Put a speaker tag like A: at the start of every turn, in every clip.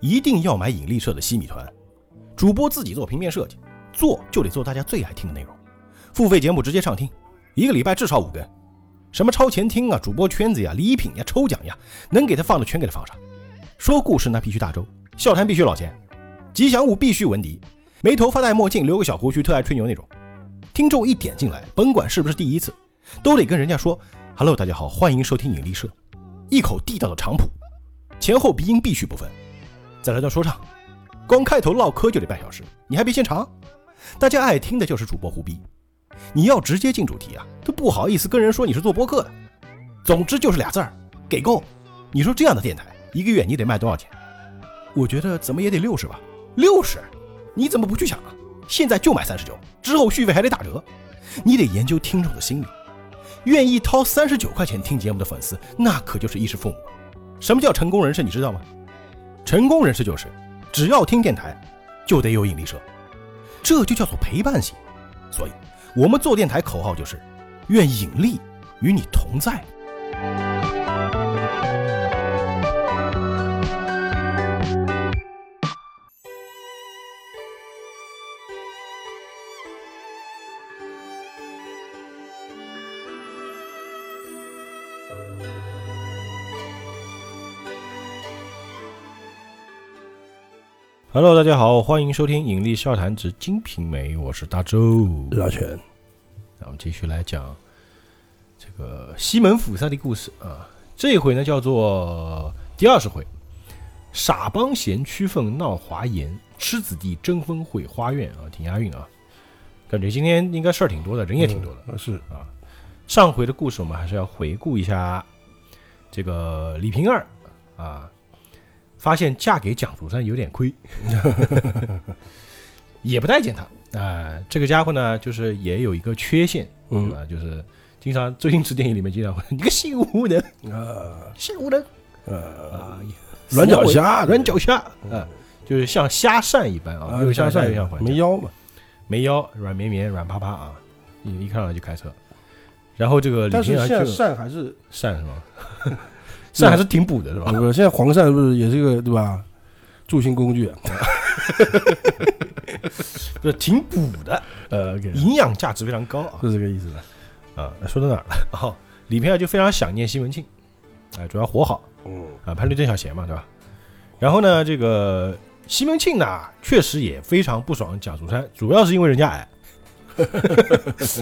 A: 一定要买引力社的西米团，主播自己做平面设计，做就得做大家最爱听的内容。付费节目直接畅听，一个礼拜至少五更。什么超前听啊，主播圈子呀，礼品呀，抽奖呀，能给他放的全给他放上。说故事那必须大周，笑谈必须老钱，吉祥物必须文迪，没头发戴墨镜，留个小胡须，特爱吹牛那种。听众一点进来，甭管是不是第一次，都得跟人家说 “Hello，大家好，欢迎收听引力社”，一口地道的长普，前后鼻音必须不分。再来段说唱，光开头唠嗑就得半小时，你还别嫌长。大家爱听的就是主播胡逼，你要直接进主题啊，都不好意思跟人说你是做播客的。总之就是俩字儿，给够。你说这样的电台，一个月你得卖多少钱？我觉得怎么也得六十吧。六十？你怎么不去想啊？现在就买三十九，之后续费还得打折。你得研究听众的心理，愿意掏三十九块钱听节目的粉丝，那可就是衣食父母。什么叫成功人士？你知道吗？成功人士就是，只要听电台，就得有引力社，这就叫做陪伴型。所以，我们做电台口号就是：愿引力与你同在。Hello，大家好，欢迎收听《引力笑谈之金瓶梅》，我是大周。
B: 老全，
A: 那我们继续来讲这个西门府塞的故事啊，这一回呢叫做第二十回，傻帮闲区分闹华严，痴子弟争分会花院啊，挺押韵啊，感觉今天应该事儿挺多的，人也挺多的。
B: 嗯是
A: 上回的故事我们还是要回顾一下，这个李瓶儿啊，发现嫁给蒋竹山有点亏， 也不待见他啊、这个家伙呢，就是也有一个缺陷，
B: 嗯
A: 啊，就是经常周星驰电影里面经常会，你个性无能，
B: 啊
A: 性无能
B: 呃，
A: 啊，
B: 软脚虾，
A: 软脚虾啊，就是像虾扇一般啊，又像扇又像还
B: 嗯没腰嘛。
A: 没腰，软绵绵，软趴趴啊，一一看到就开车。然后这个李
B: 但
A: 瓶
B: 是
A: 儿
B: 现在
A: 就。
B: 扇还是，
A: 扇是吧？ 扇还是挺补的是
B: 啊
A: 吧？
B: 不是现在黄鳝不是也是一个对吧？助兴工具啊，
A: 对，挺补的，
B: 呃，OK，
A: 营养价值非常高啊
B: 是这个意思的。
A: 啊！说到哪儿了？ 哦，李瓶儿就非常想念西门庆，哎，主要活好
B: 嗯
A: 啊，潘绿邓小闲嘛，对吧？然后呢，这个西门庆呢，确实也非常不爽蒋竹山，主要是因为人家 矮，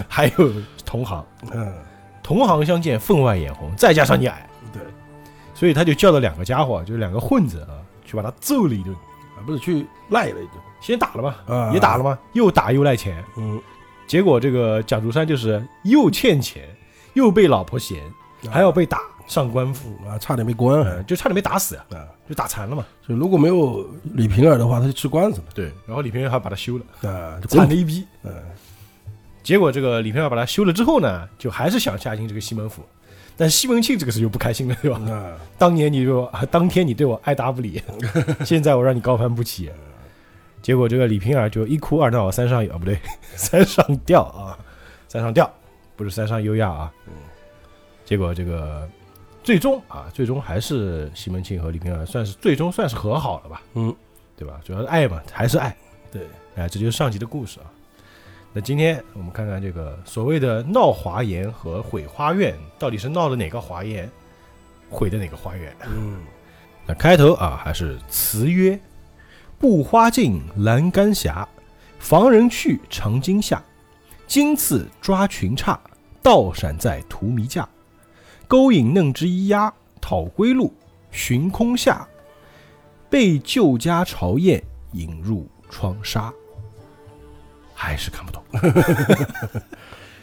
A: 还有同行，
B: 嗯，
A: 同行相见分外眼红，再加上你矮，
B: 对，啊
A: 所以他就叫了两个家伙，就是两个混子啊，去把他揍了一顿，
B: 啊不是去赖了一顿，
A: 先打了嘛，
B: 啊
A: 也打了，嘛，又打又赖钱。
B: 嗯，
A: 结果这个蒋竹山就是又欠钱，又被老婆嫌，还要被打上官府，
B: 啊，差点被关
A: 呃，就差点没打死啊，
B: 还啊，
A: 就打残了嘛。
B: 就如果没有李瓶儿的话，他就吃官司
A: 对，然后李瓶儿还把他休 了，
B: 了啊，就
A: 惨
B: 滚
A: 了一逼。
B: 嗯
A: 结果这个李瓶儿把他休了之后呢，就还是想下进这个西门府，但西门庆这个时候就不开心了，对吧？
B: 啊，
A: 当年你对我，啊当天你对我爱答不 理，现在我让你高攀不起。结果这个李瓶儿就一哭二闹三上有啊， 不对，三上吊啊，三上吊，不是三上优雅啊。结果这个最终啊，最终还是西门庆和李瓶儿算是最终算是和好了吧？
B: 嗯，
A: 对吧？主要是爱嘛，还是爱。
B: 对，
A: 哎，这就是上集的故事啊。那今天我们看看这个所谓的闹华严和毁花院，到底是闹的哪个华严，毁的哪个花园？
B: 嗯，
A: 那开头啊，还是词曰：“布花径，栏杆斜，防人去，长巾下。金刺抓群叉，倒闪在荼蘼架。勾引弄之一鸦，讨归路，寻空下。被旧家朝宴，引入窗纱。”还哎是看不懂，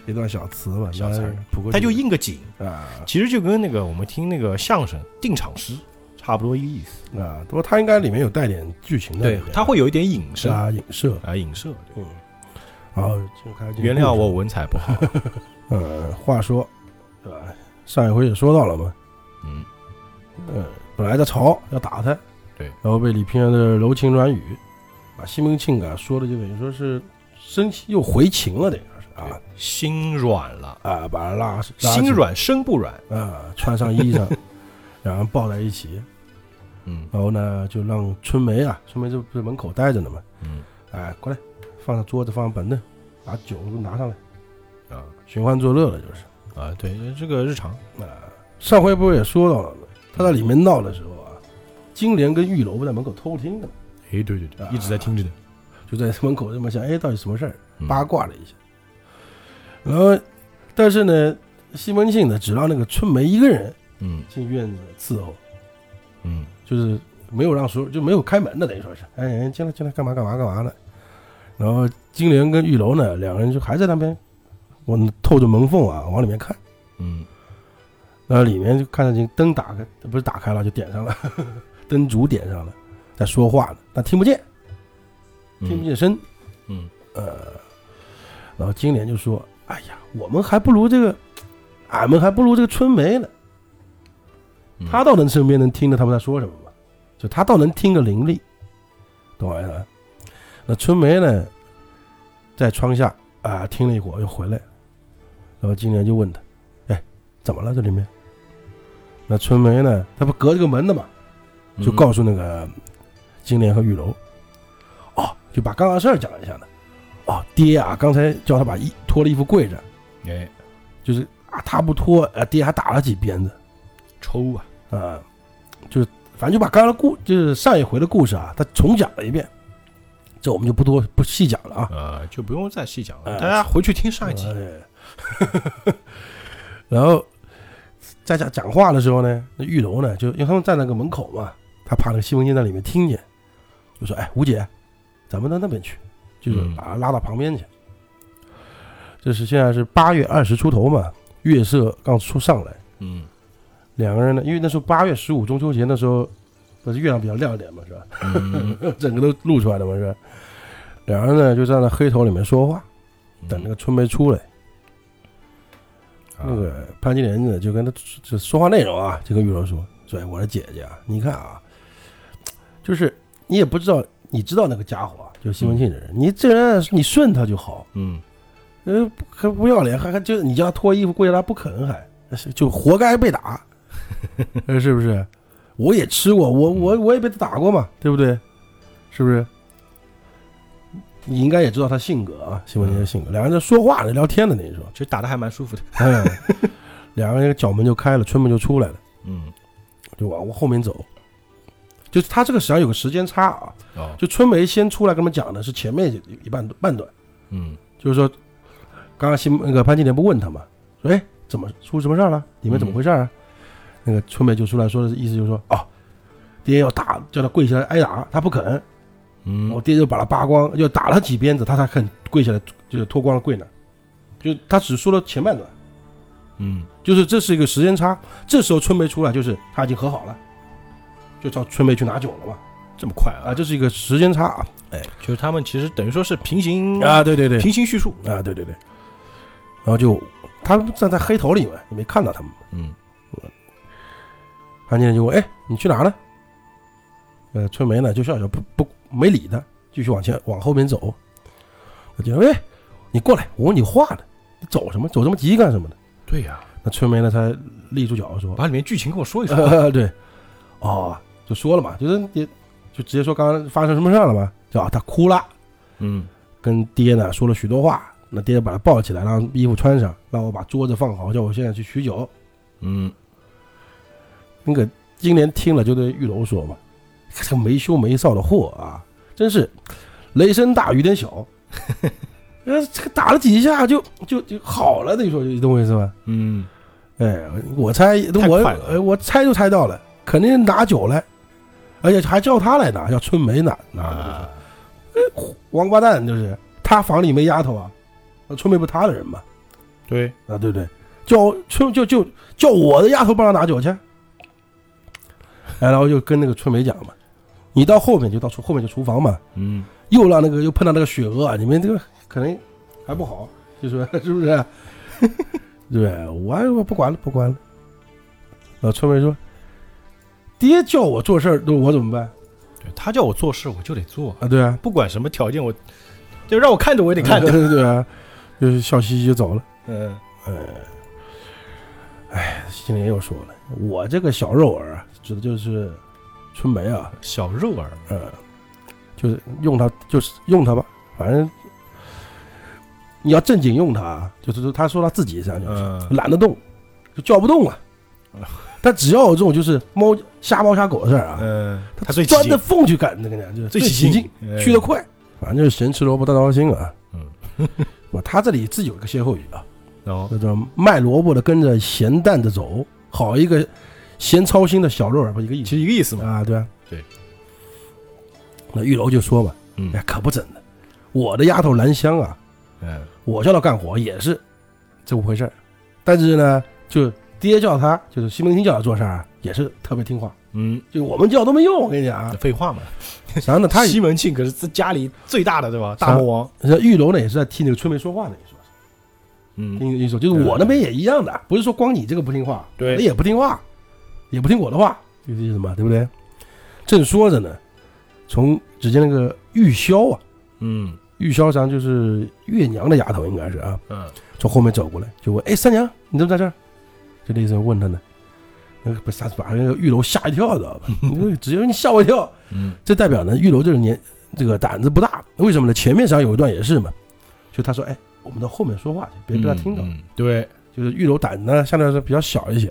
B: 一段小词嘛，
A: 小词儿
B: 那不过
A: 他就应个景，
B: 啊
A: 其实就跟那个我们听那个相声定场诗差不多一个意思。
B: 啊，不过他应该里面有带点剧情的，
A: 对，他会有一点影射
B: 啊影射，
A: 啊，影射。对
B: 嗯，然后就开始
A: 原谅我文采不好。
B: 呃，话说，对吧？上一回也说到了嘛，
A: 嗯，
B: 呃，本来在朝要打他，
A: 对，
B: 然后被李平儿的柔情软语，把西门庆啊说的就等于说是生气又回情了，等于说是啊
A: 心软了，
B: 啊，把他拉拉起
A: 心软身不软。
B: 啊，穿上衣裳，然后抱在一起，
A: 嗯
B: 然后呢就让春梅啊，春梅这不是门口待着呢嘛，
A: 嗯
B: 哎，过来，放上桌子，放上板凳，把酒给我拿上来，
A: 啊
B: 寻欢作乐了就是。
A: 啊，对，这个日
B: 啊
A: 常，
B: 上回不是也说到了吗？他在里面闹的时候啊，金莲跟玉楼不在门口偷听的嘛，
A: 哎，对对对，一直在听着的，
B: 就在门口这么想，哎，到底什么事儿？
A: 嗯
B: 啊八卦了一下。然后，但是呢，西门庆呢，只让那个春梅一个人
A: 嗯
B: 进院子伺候，
A: 嗯
B: 就是没有让所有就没有开门的，等于说是，哎，哎进来进来，干嘛干嘛干嘛呢？然后金莲跟玉楼呢，两个人就还在那边，我透着门缝啊往里面看，
A: 嗯
B: 然后里面就看见灯打开，呃不是打开了就点上了， 灯烛点上了，在说话呢，但听不见，
A: 嗯，
B: 听不见声。呃
A: 嗯
B: 然后金莲就说：“哎呀，我们还不如这个，俺们还不如这个春梅呢。
A: 嗯
B: 她倒能身边能听着他们在说什么嘛，就她倒能听个伶俐，懂我意思吧？那春梅呢，在窗下啊、听了一会儿又回来，然后金莲就问她：‘哎，怎么了这里面？’那春梅呢，她不隔着个门的嘛，
A: 嗯
B: 就告诉那个金莲和玉楼，哦，就把刚刚事儿讲了一下呢。哦，爹啊，刚才叫他把衣脱了衣服跪着，
A: 嗯哎
B: 就是啊，他不脱，啊，爹还打了几鞭子
A: 抽啊，
B: 啊、就是反正就把刚刚的故，就是上一回的故事啊，他重讲了一遍，这我们就不多不细讲了啊。
A: 呃，就不用再细讲了，
B: 哎
A: 大家回去听上一集。
B: 哎 然后在讲讲话的时候呢，那玉楼呢，就因为他们站那个门口嘛，他怕那个西门庆在里面听见，就说：“哎，吴姐，咱们到那边去，就是
A: 嗯
B: 把他拉到旁边去。这是现在是八月二十出头嘛，月色刚出上来，
A: 嗯
B: 两个人呢，因为那时候八月十五中秋节那时候，不是月亮比较亮一点嘛，是吧？
A: 嗯
B: 整个都露出来了嘛，是吧？两人呢就站在黑头里面说话，
A: 嗯
B: 等那个春梅出来。那
A: 啊
B: 个潘金莲呢，就跟他说就说话内容啊，就跟玉楼说：“说哎我的姐姐啊，你看啊，就是你也不知道，你知道那个家伙啊，就是西门庆这人，你这人你顺他就好，
A: 嗯
B: 呃，不还不要脸，还还就你叫他脱衣服跪下来不肯，还就活该被打，呃是不是？我也吃过，我我我也被他打过嘛，对不对？是不是？你应该也知道他性格啊，西门庆的性格。两个人在说话呢，聊天呢，那时候。”
A: 其实打的还蛮舒服的。
B: 哎， 两个人角门就开了，春门就出来了，
A: 嗯
B: 就往后面走。就是他这个实际上有个时间差啊，
A: 哦
B: 就春梅先出来跟他们讲的是前面一一半半段，
A: 嗯
B: 就是说，刚刚新那个潘金莲不问他嘛，说哎怎么出什么事儿了？你们怎么回事儿啊？那个春梅就出来说的意思就是说哦，爹要打，叫他跪下来挨打，他不肯，我
A: 嗯
B: 爹就把他扒光，就打了几鞭子，他才肯跪下来，就是脱光了跪那儿。就他只说了前半段，
A: 嗯
B: 就是这是一个时间差。这时候春梅出来，就是他已经和好了，就叫春梅去拿酒了嘛。
A: 这么快啊
B: 啊，？这是一个时间差啊！
A: 就是他们其实等于说是平行
B: 啊，对对对，
A: 平行叙述。
B: 啊，对对对。然后就他们站在黑头里面，你没看到他们吗？
A: 嗯
B: 潘金莲就问：“哎，你去哪呢？”呃，春梅呢就笑笑，不不没理他，继续往前往后面走。他就喂，你过来，我问你话呢，你走什么？走这么急干什么呢？
A: 对呀，
B: 那春梅呢才立住脚说：“
A: 把里面剧情跟我说一说。
B: 呃， 对，哦，就说了嘛，就是也就直接说刚刚发生什么事儿了嘛，就啊，他哭了，
A: 嗯
B: 跟爹呢说了许多话，那爹把他抱起来，让衣服穿上，让我把桌子放好，叫我现在去取酒。
A: 嗯
B: 那个金莲听了就对玉楼说嘛，这个没羞没臊的货啊，真是雷声大雨点小， 呃，这个打了几下就就就好了，等于说就懂我意思吧？
A: 嗯
B: 哎，我猜，
A: 太
B: 我
A: 快了
B: 哎我猜就猜到了，肯定拿酒来，而且还叫他来拿，叫春梅拿拿的，
A: 啊
B: 王八蛋就是他房里没丫头啊，那春梅不他的人嘛，
A: 对，
B: 啊对不对？叫春就就叫我的丫头帮他拿酒去，哎，然后就跟那个春梅讲嘛，你到后面就到厨后面就厨房嘛，
A: 嗯
B: 又让那个又碰到那个雪娥、啊，你们这个可能还不好，就说 是不是？对，我哎我不管了，不管了。然后春梅说：“爹叫我做事儿，那我怎么办
A: 对他叫我做事我就得做，
B: 啊？对啊，
A: 不管什么条件我，就让我看着我也得看着。
B: 对啊，就是笑嘻嘻就走了。
A: 嗯
B: 心里又说了，我这个小肉儿啊，指的就是春梅啊，
A: 小肉儿，
B: 呃，就是用它，就是用它吧，反正你要正经用它，啊就是说他说他自己这样就是、
A: 嗯，
B: 懒得动，就叫不动了
A: 嗯。
B: 但只要有这种就是猫瞎猫瞎狗的事儿啊，
A: 嗯，他最
B: 钻
A: 起
B: 着
A: 劲
B: 缝去干这个呢，就是
A: 最
B: 起
A: 起
B: 劲，，
A: 嗯
B: 去得快，反正就是咸吃萝卜淡操心啊。
A: 嗯，
B: 不，他这里自己有一个歇后语啊，
A: 哦，
B: 叫做卖萝卜的跟着咸蛋的走，好一个闲操心的小肉儿，不一个意
A: 其
B: 思
A: 实一个意思嘛，
B: 啊？对啊，
A: 对。
B: 那玉楼就说嘛，
A: 嗯
B: 哎，可不整的，我的丫头兰香啊，
A: 嗯，
B: 我叫她干活也是这么回事儿，但是呢，就爹叫她，就是西门庆叫她做事儿啊，也是特别听话，
A: 嗯，
B: 就我们叫都没用，我跟你讲啊。
A: 废话嘛，
B: 然后呢，他也啊
A: 西门庆可是自家里最大的对吧？
B: 啥
A: 大魔王，
B: 那玉楼呢也是在替那个春梅说话的，你说是
A: 嗯，
B: 听你说，就是我那边也一样的，不是说光你这个不听话，
A: 对
B: 我的也不听话，也不听我的话，这个意思嘛，对不对？正说着呢，从只见那个玉箫啊，
A: 嗯，
B: 玉箫上就是月娘的丫头，应该是啊，
A: 嗯，
B: 从后面走过来就问：“哎，三娘，你怎么在这儿？”就那意思问他呢。那个不是把那个玉楼吓一跳，知道 吧？你说直接说你吓我一跳，
A: 嗯，
B: 这代表呢，玉楼这个年这个胆子不大，为什么呢？前面上有一段也是嘛，就他说：“哎，我们到后面说话去，别被他听到。
A: 嗯，嗯对，
B: 就是玉楼胆子呢相对来说比较小一些，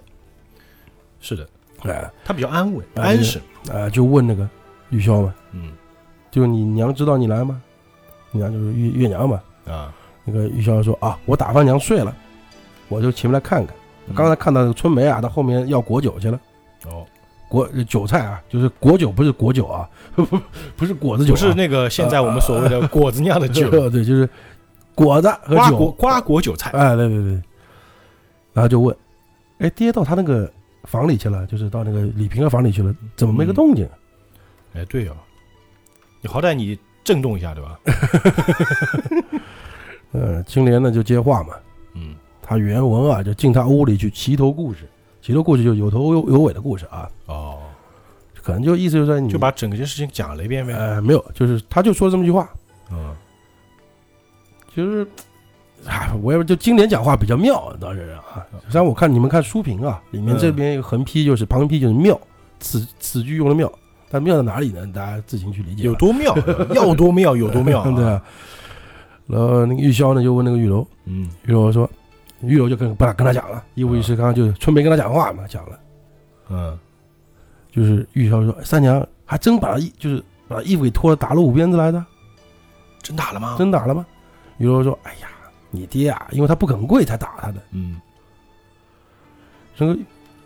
A: 是的，
B: 哎、
A: 他比较安稳，
B: 啊
A: 安生，
B: 啊，就问那个玉箫嘛，
A: 嗯，
B: 就你娘知道你来吗？你娘就是月月娘嘛。
A: 啊，
B: 那个玉箫说啊，我打发娘睡了，我就前面来看看。
A: 嗯
B: 刚才看到那个春梅啊，她后面要果酒去了，
A: 哦，
B: 果韭菜啊，就是果酒，不是果酒啊， 不是果子酒、
A: 不
B: 啊，
A: 是那个现在我们所谓的果子酿的酒，
B: 对，就是果子和
A: 啊瓜
B: 酒。
A: 果瓜果韭菜，
B: 哎，对对对。然后就问，哎，爹到他那个房里去了，就是到那个李平的房里去了，怎么没个
A: 嗯
B: 动静？啊
A: 哎，对哦，你好歹你震动一下对吧？
B: 呃，青莲呢就接话嘛，
A: 嗯，
B: 他原文啊，就进他屋里去齐头故事，齐头故事就有头有有尾的故事啊，
A: 哦，
B: 可能就意思就是说你
A: 就把整个件事情讲了一遍呗，
B: 呃没有，就是他就说这么一句话，
A: 嗯，
B: 就是，哎，我也不就经典讲话比较妙，倒是啊。虽然我看你们看书评啊，里面
A: 嗯
B: 这边有横批就是旁批就是妙，此此句用的妙，但妙在哪里呢？大家自行去理解吧。
A: 有多妙，要多妙有多妙
B: 对
A: 啊，
B: 啊。然后那个玉箫呢就问那个玉楼，
A: 嗯，
B: 玉楼说，玉楼就跟跟他跟他讲了，一五一十，刚刚就是春梅跟他讲话嘛，讲了。
A: 嗯，
B: 就是玉箫说：“三娘还真把衣就是把衣服给脱了，打了五鞭子来的，
A: 真打了吗？
B: 真打了吗？”玉楼说：“哎呀，你爹啊，因为他不肯跪才打他的。
A: 嗯，”
B: 这个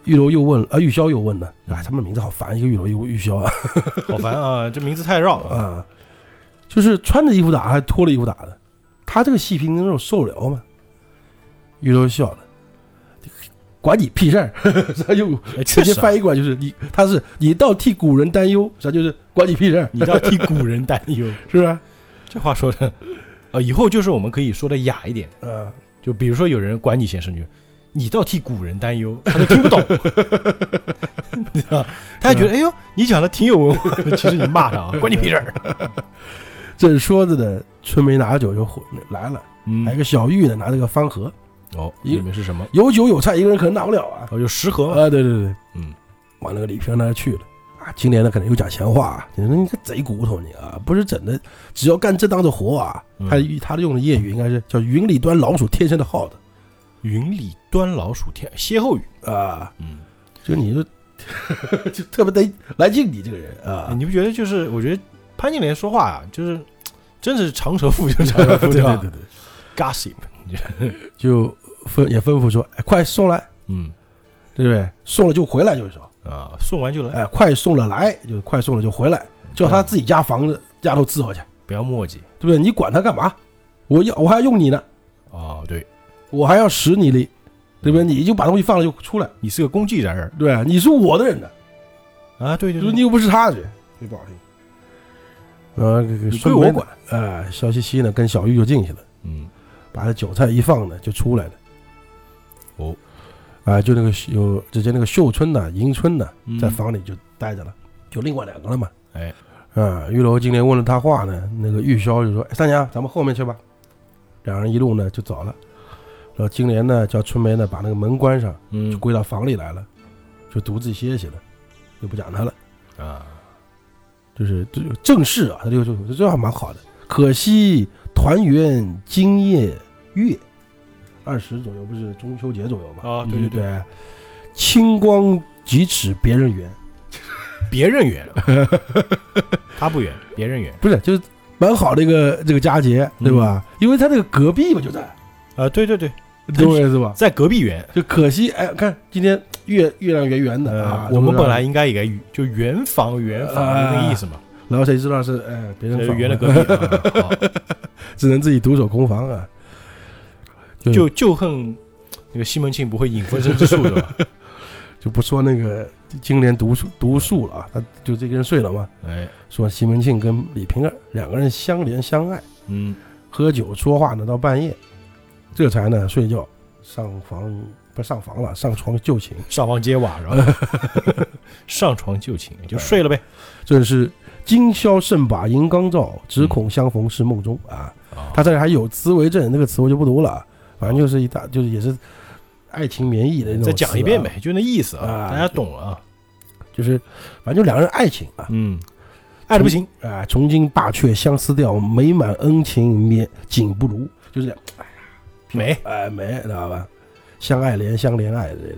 B: 玉楼又问了，啊，玉箫又问了，哎，他们名字好烦，一个玉楼，一个玉箫啊
A: 好烦啊，这名字太绕了，
B: 啊，就是穿着衣服打，还脱了衣服打的，他这个细皮能肉受得了吗？玉楼笑了。管你屁事儿， 他就
A: 哎
B: 直
A: 确
B: 接
A: 实啊，
B: 翻译过来就是你，他是你倒替古人担忧，啥就是管你屁事儿，
A: 你倒替古人担忧，
B: 是不是？
A: 这话说的，啊，以后就是我们可以说的雅一点，
B: 呃，
A: 就比如说有人管你先生就，你倒替古人担忧，他都听不 懂，你知道吧他还觉得哎呦，你讲的挺有文化的，其实你骂他啊， 关你屁事儿。
B: 正说着呢，春梅拿着酒就回来了，
A: 嗯
B: 还有，个小玉呢，拿着个方盒，
A: 哦，
B: 一
A: 里面是什么？
B: 有酒有菜，一个人可能拿不了啊。
A: 哦，有食盒嘛。
B: 啊，对对对，
A: 嗯，
B: 往那个李平那儿去了啊。今年呢，可能又讲闲话、啊，你说你个贼骨头你啊，不是整的，只要干这当的活啊。
A: 嗯
B: 他他用的谚语应该是叫“云里端老鼠，天生的耗子
A: 云里端老鼠天歇后语。”
B: 啊，
A: 嗯，
B: 就你 就就特别得来劲，你这个人啊，
A: 哎你不觉得就是？我觉得潘金莲说话啊，就是真是长舌妇就是长舌 妇，
B: 对
A: 吧
B: 对对对，
A: ？Gossip。
B: 就吩也吩咐说，哎，快送来，
A: 嗯
B: 对不对？送了就回来就是说。
A: 啊，送完就来，
B: 哎，快送了来，就是快送了就回来，叫他自己家房子丫头伺候去，
A: 不要墨迹。
B: 对不对？你管他干嘛？我要我还要用你呢，
A: 哦，对
B: 我还要使你力，对不对？你就把东西放了就出来，
A: 你是个工具人儿
B: 对吧？你是我的人呢，
A: 啊，对对
B: 就是
A: 对
B: 你，又不是他的人，这不好听。呃，这个
A: 你
B: 孙
A: 归我
B: 梅管，哎，肖西西呢跟小玉就进去了，
A: 嗯，
B: 把这韭菜一放呢就出来了。
A: 哦，
B: 啊，就那个有只见那个秀春呐、迎春呐，
A: 嗯
B: 在房里就待着了，就另外两个了嘛。
A: 哎，
B: 啊，玉楼今天问了他话呢，那个玉箫就说：“哎，三娘，咱们后面去吧。”两人一路呢就走了。然后金莲呢叫春梅呢把那个门关上，
A: 嗯
B: 就归到房里来了，就独自歇息了，就不讲他了。
A: 啊，
B: 就是这就正式啊，他六个舅舅，这还蛮好的。可惜团圆今夜月，二十左右不是中秋节左右嘛？
A: 啊
B: 对对，清光几尺别人圆，
A: 别人远了， 他不远，别人远。
B: 不是就是蛮好的一个这个佳节，对吧？因为他这个隔壁嘛就在，
A: 啊，对对嗯对，
B: 你懂我意思吧？
A: 在隔壁远。
B: 就可惜，哎，看今天月月亮圆圆的啊
A: 呃，，我们本来
B: 怎么着，
A: 应该也该就圆房圆房
B: 啊
A: 那个意思嘛，
B: 然后谁知道是哎别人
A: 就
B: 仿
A: 圆了
B: 的
A: 隔 壁啊，好
B: 只能自己独守空房啊。就
A: 就就恨那个西门庆不会引分身之术是 吧？
B: 就不说那个金莲独树独树了啊，他就这个人睡了嘛。
A: 哎，
B: 说西门庆跟李瓶儿两个人相怜相爱，
A: 嗯，
B: 喝酒说话呢到半夜，这才呢睡觉上房不上房了，上床就寝。
A: 上房揭瓦，然后 上床就寝，就睡了呗。
B: 这是今宵胜把银缸照，只恐相逢是梦中啊。
A: 啊
B: 他这里还有词为证，那个词我就不读了啊，反正就是一大就是也是爱情绵意的那种、
A: 再讲一遍，呗，就那意思啊，
B: 啊
A: 大家懂了啊。
B: 就是反正就两个人爱情啊。
A: 嗯，爱的不行，
B: 啊，从今罢却相思调，美满恩情绵锦不如，就是这样，
A: 美
B: 哎，美，知道吧？相爱怜，相怜爱之类的。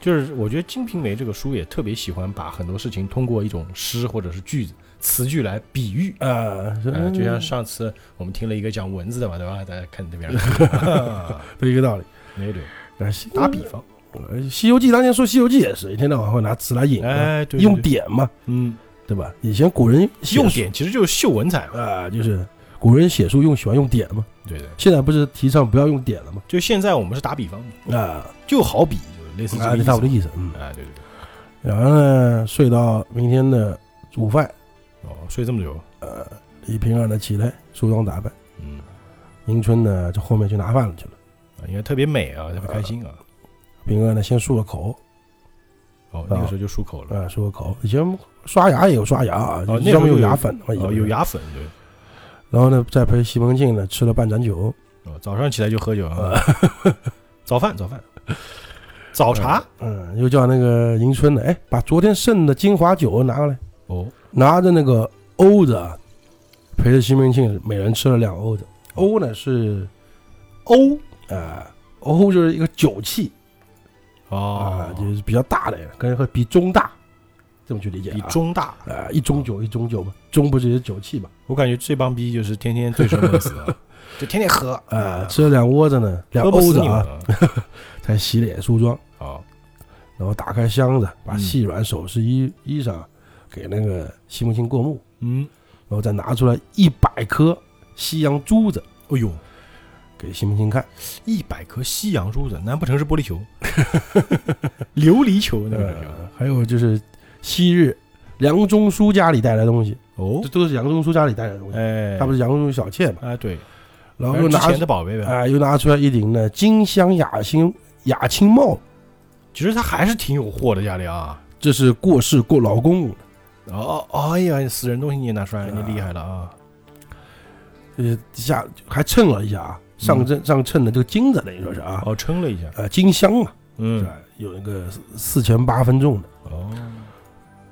A: 就是我觉得《金瓶梅》这个书也特别喜欢把很多事情通过一种诗或者是句子、词句来比喻。
B: 啊，
A: 呃，就像
B: 是
A: 上次我们听了一个讲蚊子的嘛，对吧？大家看这边，
B: 都一个道理。
A: 没对，
B: 啊，西
A: 打比方，
B: 呃《西游记》当年说《西游记》也是一天到晚会拿词来引，
A: 哎，对，对
B: 嗯用，
A: 对
B: 典嘛，
A: 嗯，
B: 对吧？以前古人写
A: 用
B: 书
A: 典其实就是秀文采嘛，
B: 啊，就是古人写书用喜欢用典嘛，
A: 对对。
B: 现在不是提倡不要用典了吗？
A: 就现在我们是打比方，
B: 啊，
A: 就好比就是类似这
B: 啊，
A: 个
B: 就
A: 意
B: 差不多
A: 思。
B: 意思。嗯，
A: 哎，对对对，
B: 然后呢，睡到明天的午饭，
A: 哦，睡这么久，
B: 呃，李瓶儿呢起来梳妆打扮。
A: 嗯，
B: 迎春呢，就后面去拿饭去了。
A: 啊应该特别美啊，特别开心啊。
B: 平儿呢，先漱个口，
A: 哦，那个时候就漱口了，
B: 啊，漱个口。以前刷牙也有刷牙啊，
A: 哦那时
B: 上
A: 候
B: 面
A: 有
B: 牙粉的嘛，
A: 哦，有。牙粉，对，
B: 然后呢，再陪西门庆呢吃了半盏酒，
A: 哦，早上起来就喝酒啊， 早饭早饭，早茶
B: 嗯，又叫那个迎春呢，哎，把昨天剩的精华酒拿过来，
A: 哦，
B: 拿着那个欧子，啊，陪着西门庆每人吃了两欧子。欧呢是欧啊，欧就是一个酒器啊
A: 哦，，
B: 就是比较大的，跟和比中大，这么去理解啊。
A: 比中大，
B: 啊，一盅酒一盅酒嘛，盅不是也是酒气嘛？
A: 我感觉这帮逼就是天天醉生梦死 啊，就天天喝
B: 啊，吃了两窝子呢，两
A: 喝不
B: 欧
A: 死
B: 子
A: 你们
B: 啊，
A: 啊。
B: 才洗脸梳妆，
A: 哦，
B: 然后打开箱子，把
A: 嗯
B: 细软首饰衣衣裳给那个西门庆过目，
A: 嗯，
B: 然后再拿出来一百颗西洋珠子
A: 哎呦，
B: 给西门庆看，
A: 一百颗西洋珠子，难不成是玻璃球？ 琉璃球那个啊叫
B: 呃，还有就是昔日梁中书家里带来的东西，
A: 哦
B: 这，都是梁中书家里带来的东西，
A: 哎，
B: 他不
A: 是
B: 是梁中书小妾嘛，
A: 啊，对，
B: 然后又
A: 之
B: 拿
A: 前的宝贝呗。
B: 啊，又拿出来一顶呢金镶雅星雅青帽，
A: 其实他还是挺有货的，家里啊。
B: 这是过世过老公公。
A: 哦，哦哎呀，死人东西你也拿出来，你厉害了啊！
B: 呃，下还称了一下啊，
A: 嗯
B: 上称上称的这个金子等于说是啊，
A: 哦，称了一下，
B: 呃，金香嘛，是
A: 嗯，
B: 吧？有那个四四钱八分重的。
A: 哦，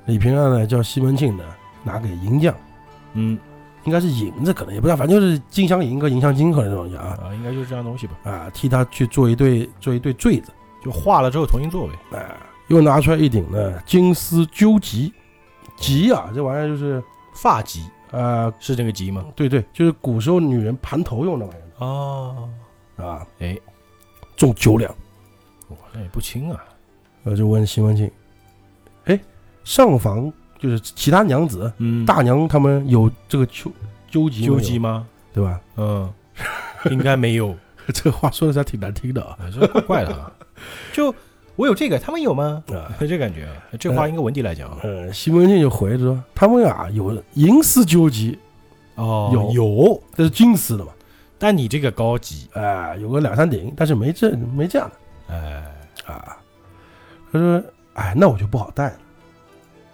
B: 李瓶儿呢叫西门庆呢拿给银匠，
A: 嗯，
B: 应该是银子，可能也不知道，反正就是金香银和银香金可能这东西啊
A: 啊，应该就是这样东西吧，
B: 啊，替他去做一对做一对坠子
A: 就化了之后重新做呗。
B: 啊，又拿出来一顶呢金丝鸠髻，髻啊，这玩意儿就是
A: 发髻
B: 呃，
A: 是这个髻吗？
B: 对对，就是古时候女人盘头用的玩意
A: 哦，
B: 儿啊，
A: 哎，
B: 重九两。
A: 哇，那也不轻啊。
B: 我就问西门庆：“哎，上房就是其他娘子、
A: 嗯，
B: 大娘他们有这个纠纠结
A: 究极吗？
B: 对吧？
A: 嗯，应该没有，
B: 这话说的还挺难听的啊。
A: 啊这怪怪的啊。就我有这个，他们有吗？
B: 啊，
A: 这感觉啊，这话应该文迪来讲啊。
B: 呃，西门庆就回着说：他们啊有银丝纠结，
A: 哦
B: 有
A: 有，
B: 这是金丝的嘛？
A: 但你这个高级，
B: 哎、有个两三顶，但是没这没这样的
A: 哎，
B: 啊。他说：哎，那我就不好带了。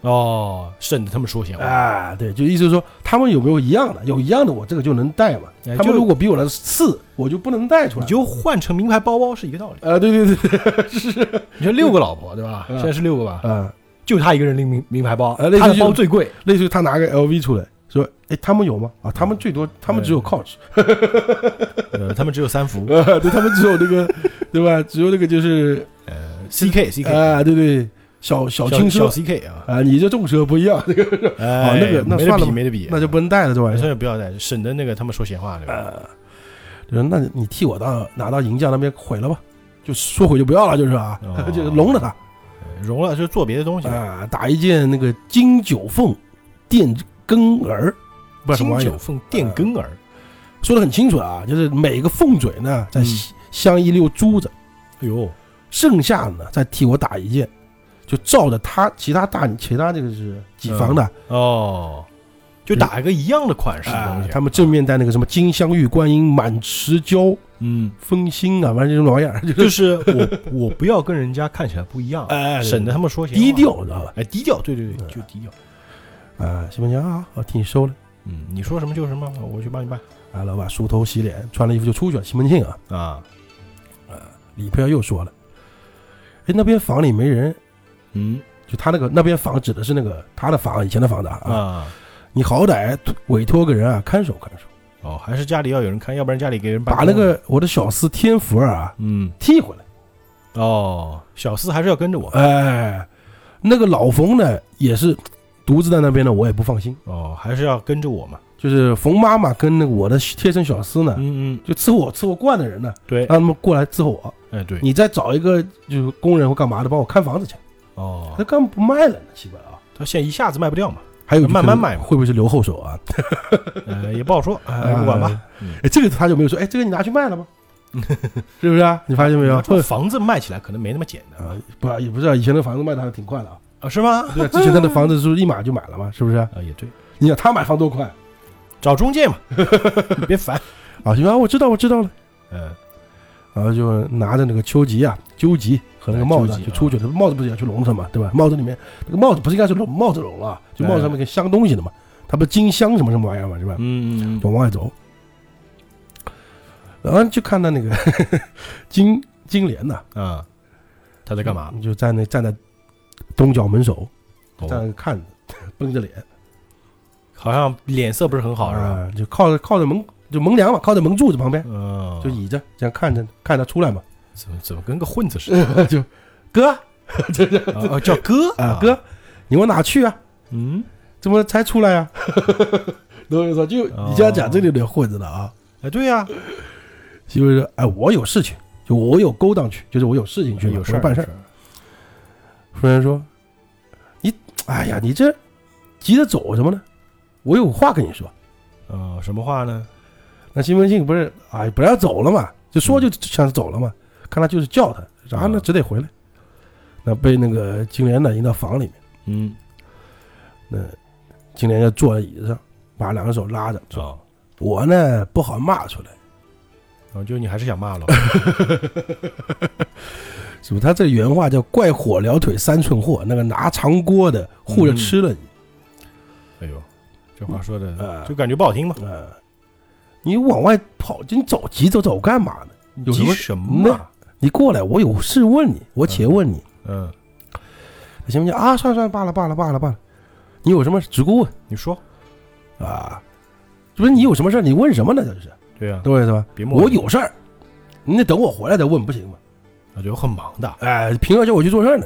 A: 哦，省得他们说闲话。
B: 哎、对，就意思是说他们有没有一样的？有一样的，我这个就能带嘛。
A: 哎
B: 他们
A: 就
B: 如果比我的次，我就不能带出来。
A: 你就换成名牌包包是一个道理。
B: 呃，对对对，
A: 你说六个老婆对吧？
B: 嗯
A: 现在是六个吧？
B: 啊，
A: 就他一个人拎名名牌包，
B: 呃类似
A: 他的
B: 就
A: 包最贵，
B: 类似于他拿个 LV 出来说，哎，他们有吗？
A: 嗯
B: 啊，他们最多，他们只有 Coach，
A: 呃，他们只有三 伏，
B: 呃， 对，他们只有那个， 对吧？只有那个就是
A: 呃，CK CK，
B: 啊，对对，小小轻
A: 小
B: 车
A: CK 啊，
B: 啊，你这重车不一样，
A: 哎，
B: 那个那
A: 没得
B: 算了
A: 比，
B: 吧
A: 没得比，呃
B: 那就不能带了这玩
A: 男
B: 意儿。
A: 生也不要带，省得那个他们说闲话，对吧？
B: 就是那你替我到拿到银匠那边毁了吧，就说毁就不要了，就是啊，
A: 哦
B: 就是聋了他
A: 呃融了就做别的东西，
B: 啊，打一件那个金九凤电根儿，不知道什么
A: 金
B: 玩意
A: 九
B: 儿，
A: 凤电根儿，
B: 说的很清楚了啊，就是每个凤嘴呢在
A: 嗯
B: 镶一溜珠子。
A: 哎呦，
B: 剩下的呢再替我打一件，就照着他其他大其他这个是己方的啊、
A: 哦，就打一个一样的款式的东西，嗯
B: 他们正面带那个什么金镶玉观音满池娇
A: 嗯，
B: 风心啊，反正这种玩 意儿就是
A: 就是啊我我不要跟人家看起来不一样，
B: 哎
A: 省得他们说闲话
B: 低，调，你知道吧？
A: 哎，低调，对对对，就低调。
B: 啊，西门庆啊，我替你收了。
A: 嗯，你说什么就是什么，我去帮你办
B: 啊，老板梳头洗脸，穿了衣服就出去了。西门庆啊，
A: 啊。
B: 李飘又说了，哎，那边房里没人，
A: 嗯
B: 就他那个那边房指的是那个他的房，以前的房子啊。
A: 啊，
B: 你好歹委托个人啊看守看守，
A: 哦，还是家里要有人看，要不然家里给人办
B: 把
A: 公
B: 那个我的小厮天福儿啊
A: 嗯
B: 替回来。
A: 哦，小四还是要跟着我
B: 哎，那个老冯呢，也是独自在那边呢，我也不放心。
A: 哦，还是要跟着我嘛。
B: 就是冯妈妈跟那个我的贴身小厮呢，
A: 嗯嗯，
B: 就伺候我伺候惯的人呢，
A: 对，
B: 让他们过来伺候我。
A: 哎对，
B: 你再找一个就是工人或干嘛的帮我看房子去，
A: 哦
B: 那，干不卖了呢，奇怪啊。
A: 他现在一下子卖不掉 嘛，
B: 还有
A: 慢慢卖嘛
B: 会不会是留后手啊？
A: 呃，也不好说，哎，不管吧。嗯
B: 哎，这个他就没有说，哎，这个你拿去卖了 吗？是不是啊？你发现没有？
A: 这房子卖起来可能没那么简单
B: 啊，不啊，也不是啊，以前那房子卖的还挺快的啊。
A: 啊，是吗？
B: 对啊，之前他的房子是不是立马就买了嘛？是不是啊？
A: 啊，也对，
B: 你想他买房多快
A: 找中 介嘛，你别烦。
B: 啊？行啊，我知道，我知道了。
A: 嗯，
B: 然后就拿着那个秋吉啊、鸠吉和那个帽子啊
A: 哎
B: 就
A: 鸠吉
B: 出去了。帽子不是也去笼上嘛，对吧？帽子里面那个帽子不是应该是笼帽子笼了啊，就帽子上面给镶东西的嘛，它不是金镶什么什么玩意儿嘛，是吧？
A: 嗯，
B: 就往外走，然后就看到那个 金金莲呐，
A: 啊，他在干嘛？？
B: 就在那站在东角门首，
A: 哦
B: 在那看着，绷着脸，
A: 好像脸色不是很好，是吧？
B: 啊，就靠着靠着门就门梁嘛，靠着门柱子旁边，
A: 嗯，
B: 就倚着这样看着看着出来嘛，
A: 怎么怎么跟个混子似 的？
B: 就哥
A: 哦，叫哥
B: 啊哥，，你往哪去啊？
A: 嗯，
B: 怎么才出来呀、啊？ 懂我意思吧？就
A: 哦
B: 你这样讲，这就有点混着了啊。
A: 哎，对呀，
B: 媳妇说：“哎，我有事情，就我有勾当去，就是我有事情去，
A: 有事
B: 我
A: 儿
B: 要办事
A: 有
B: 儿。”夫人说：“你，哎呀，你这急着走什么呢？我有话跟你说。
A: 呃，什么话呢？
B: 那西门庆不是嗯哎，本来要走了嘛，就说就想走了嘛，看他就是叫他，然后呢
A: 嗯
B: 只得回来。那被那个金莲呢引到房里面，
A: 嗯，
B: 那金莲就坐在椅子上，把两个手拉着，说
A: 哦，：“
B: 我呢不好骂出来。”
A: 然后哦就你还是想骂了，
B: 是不是？他这原话叫“怪火燎腿三寸货”，那个拿长锅的护着吃了你，
A: 哎呦，这话说的
B: 呃
A: 就感觉不好听嘛。
B: 呃，你往外跑，你走急走走干嘛呢？有什
A: 急
B: 么
A: 什么啊？
B: 你过来，我有事问你，我且问你，
A: 嗯，
B: 行不行啊？算了算了，罢了罢了罢了罢了，你有什么事只顾问
A: 你说，
B: 啊？这不是你有什么事儿你问什么呢？这就是，
A: 对呀，
B: 对不对？是吧？
A: 别磨叽
B: 我有事儿，你得等我回来再问，不行吗？
A: 啊，就很忙的。
B: 哎，凭啥叫我去做事儿呢？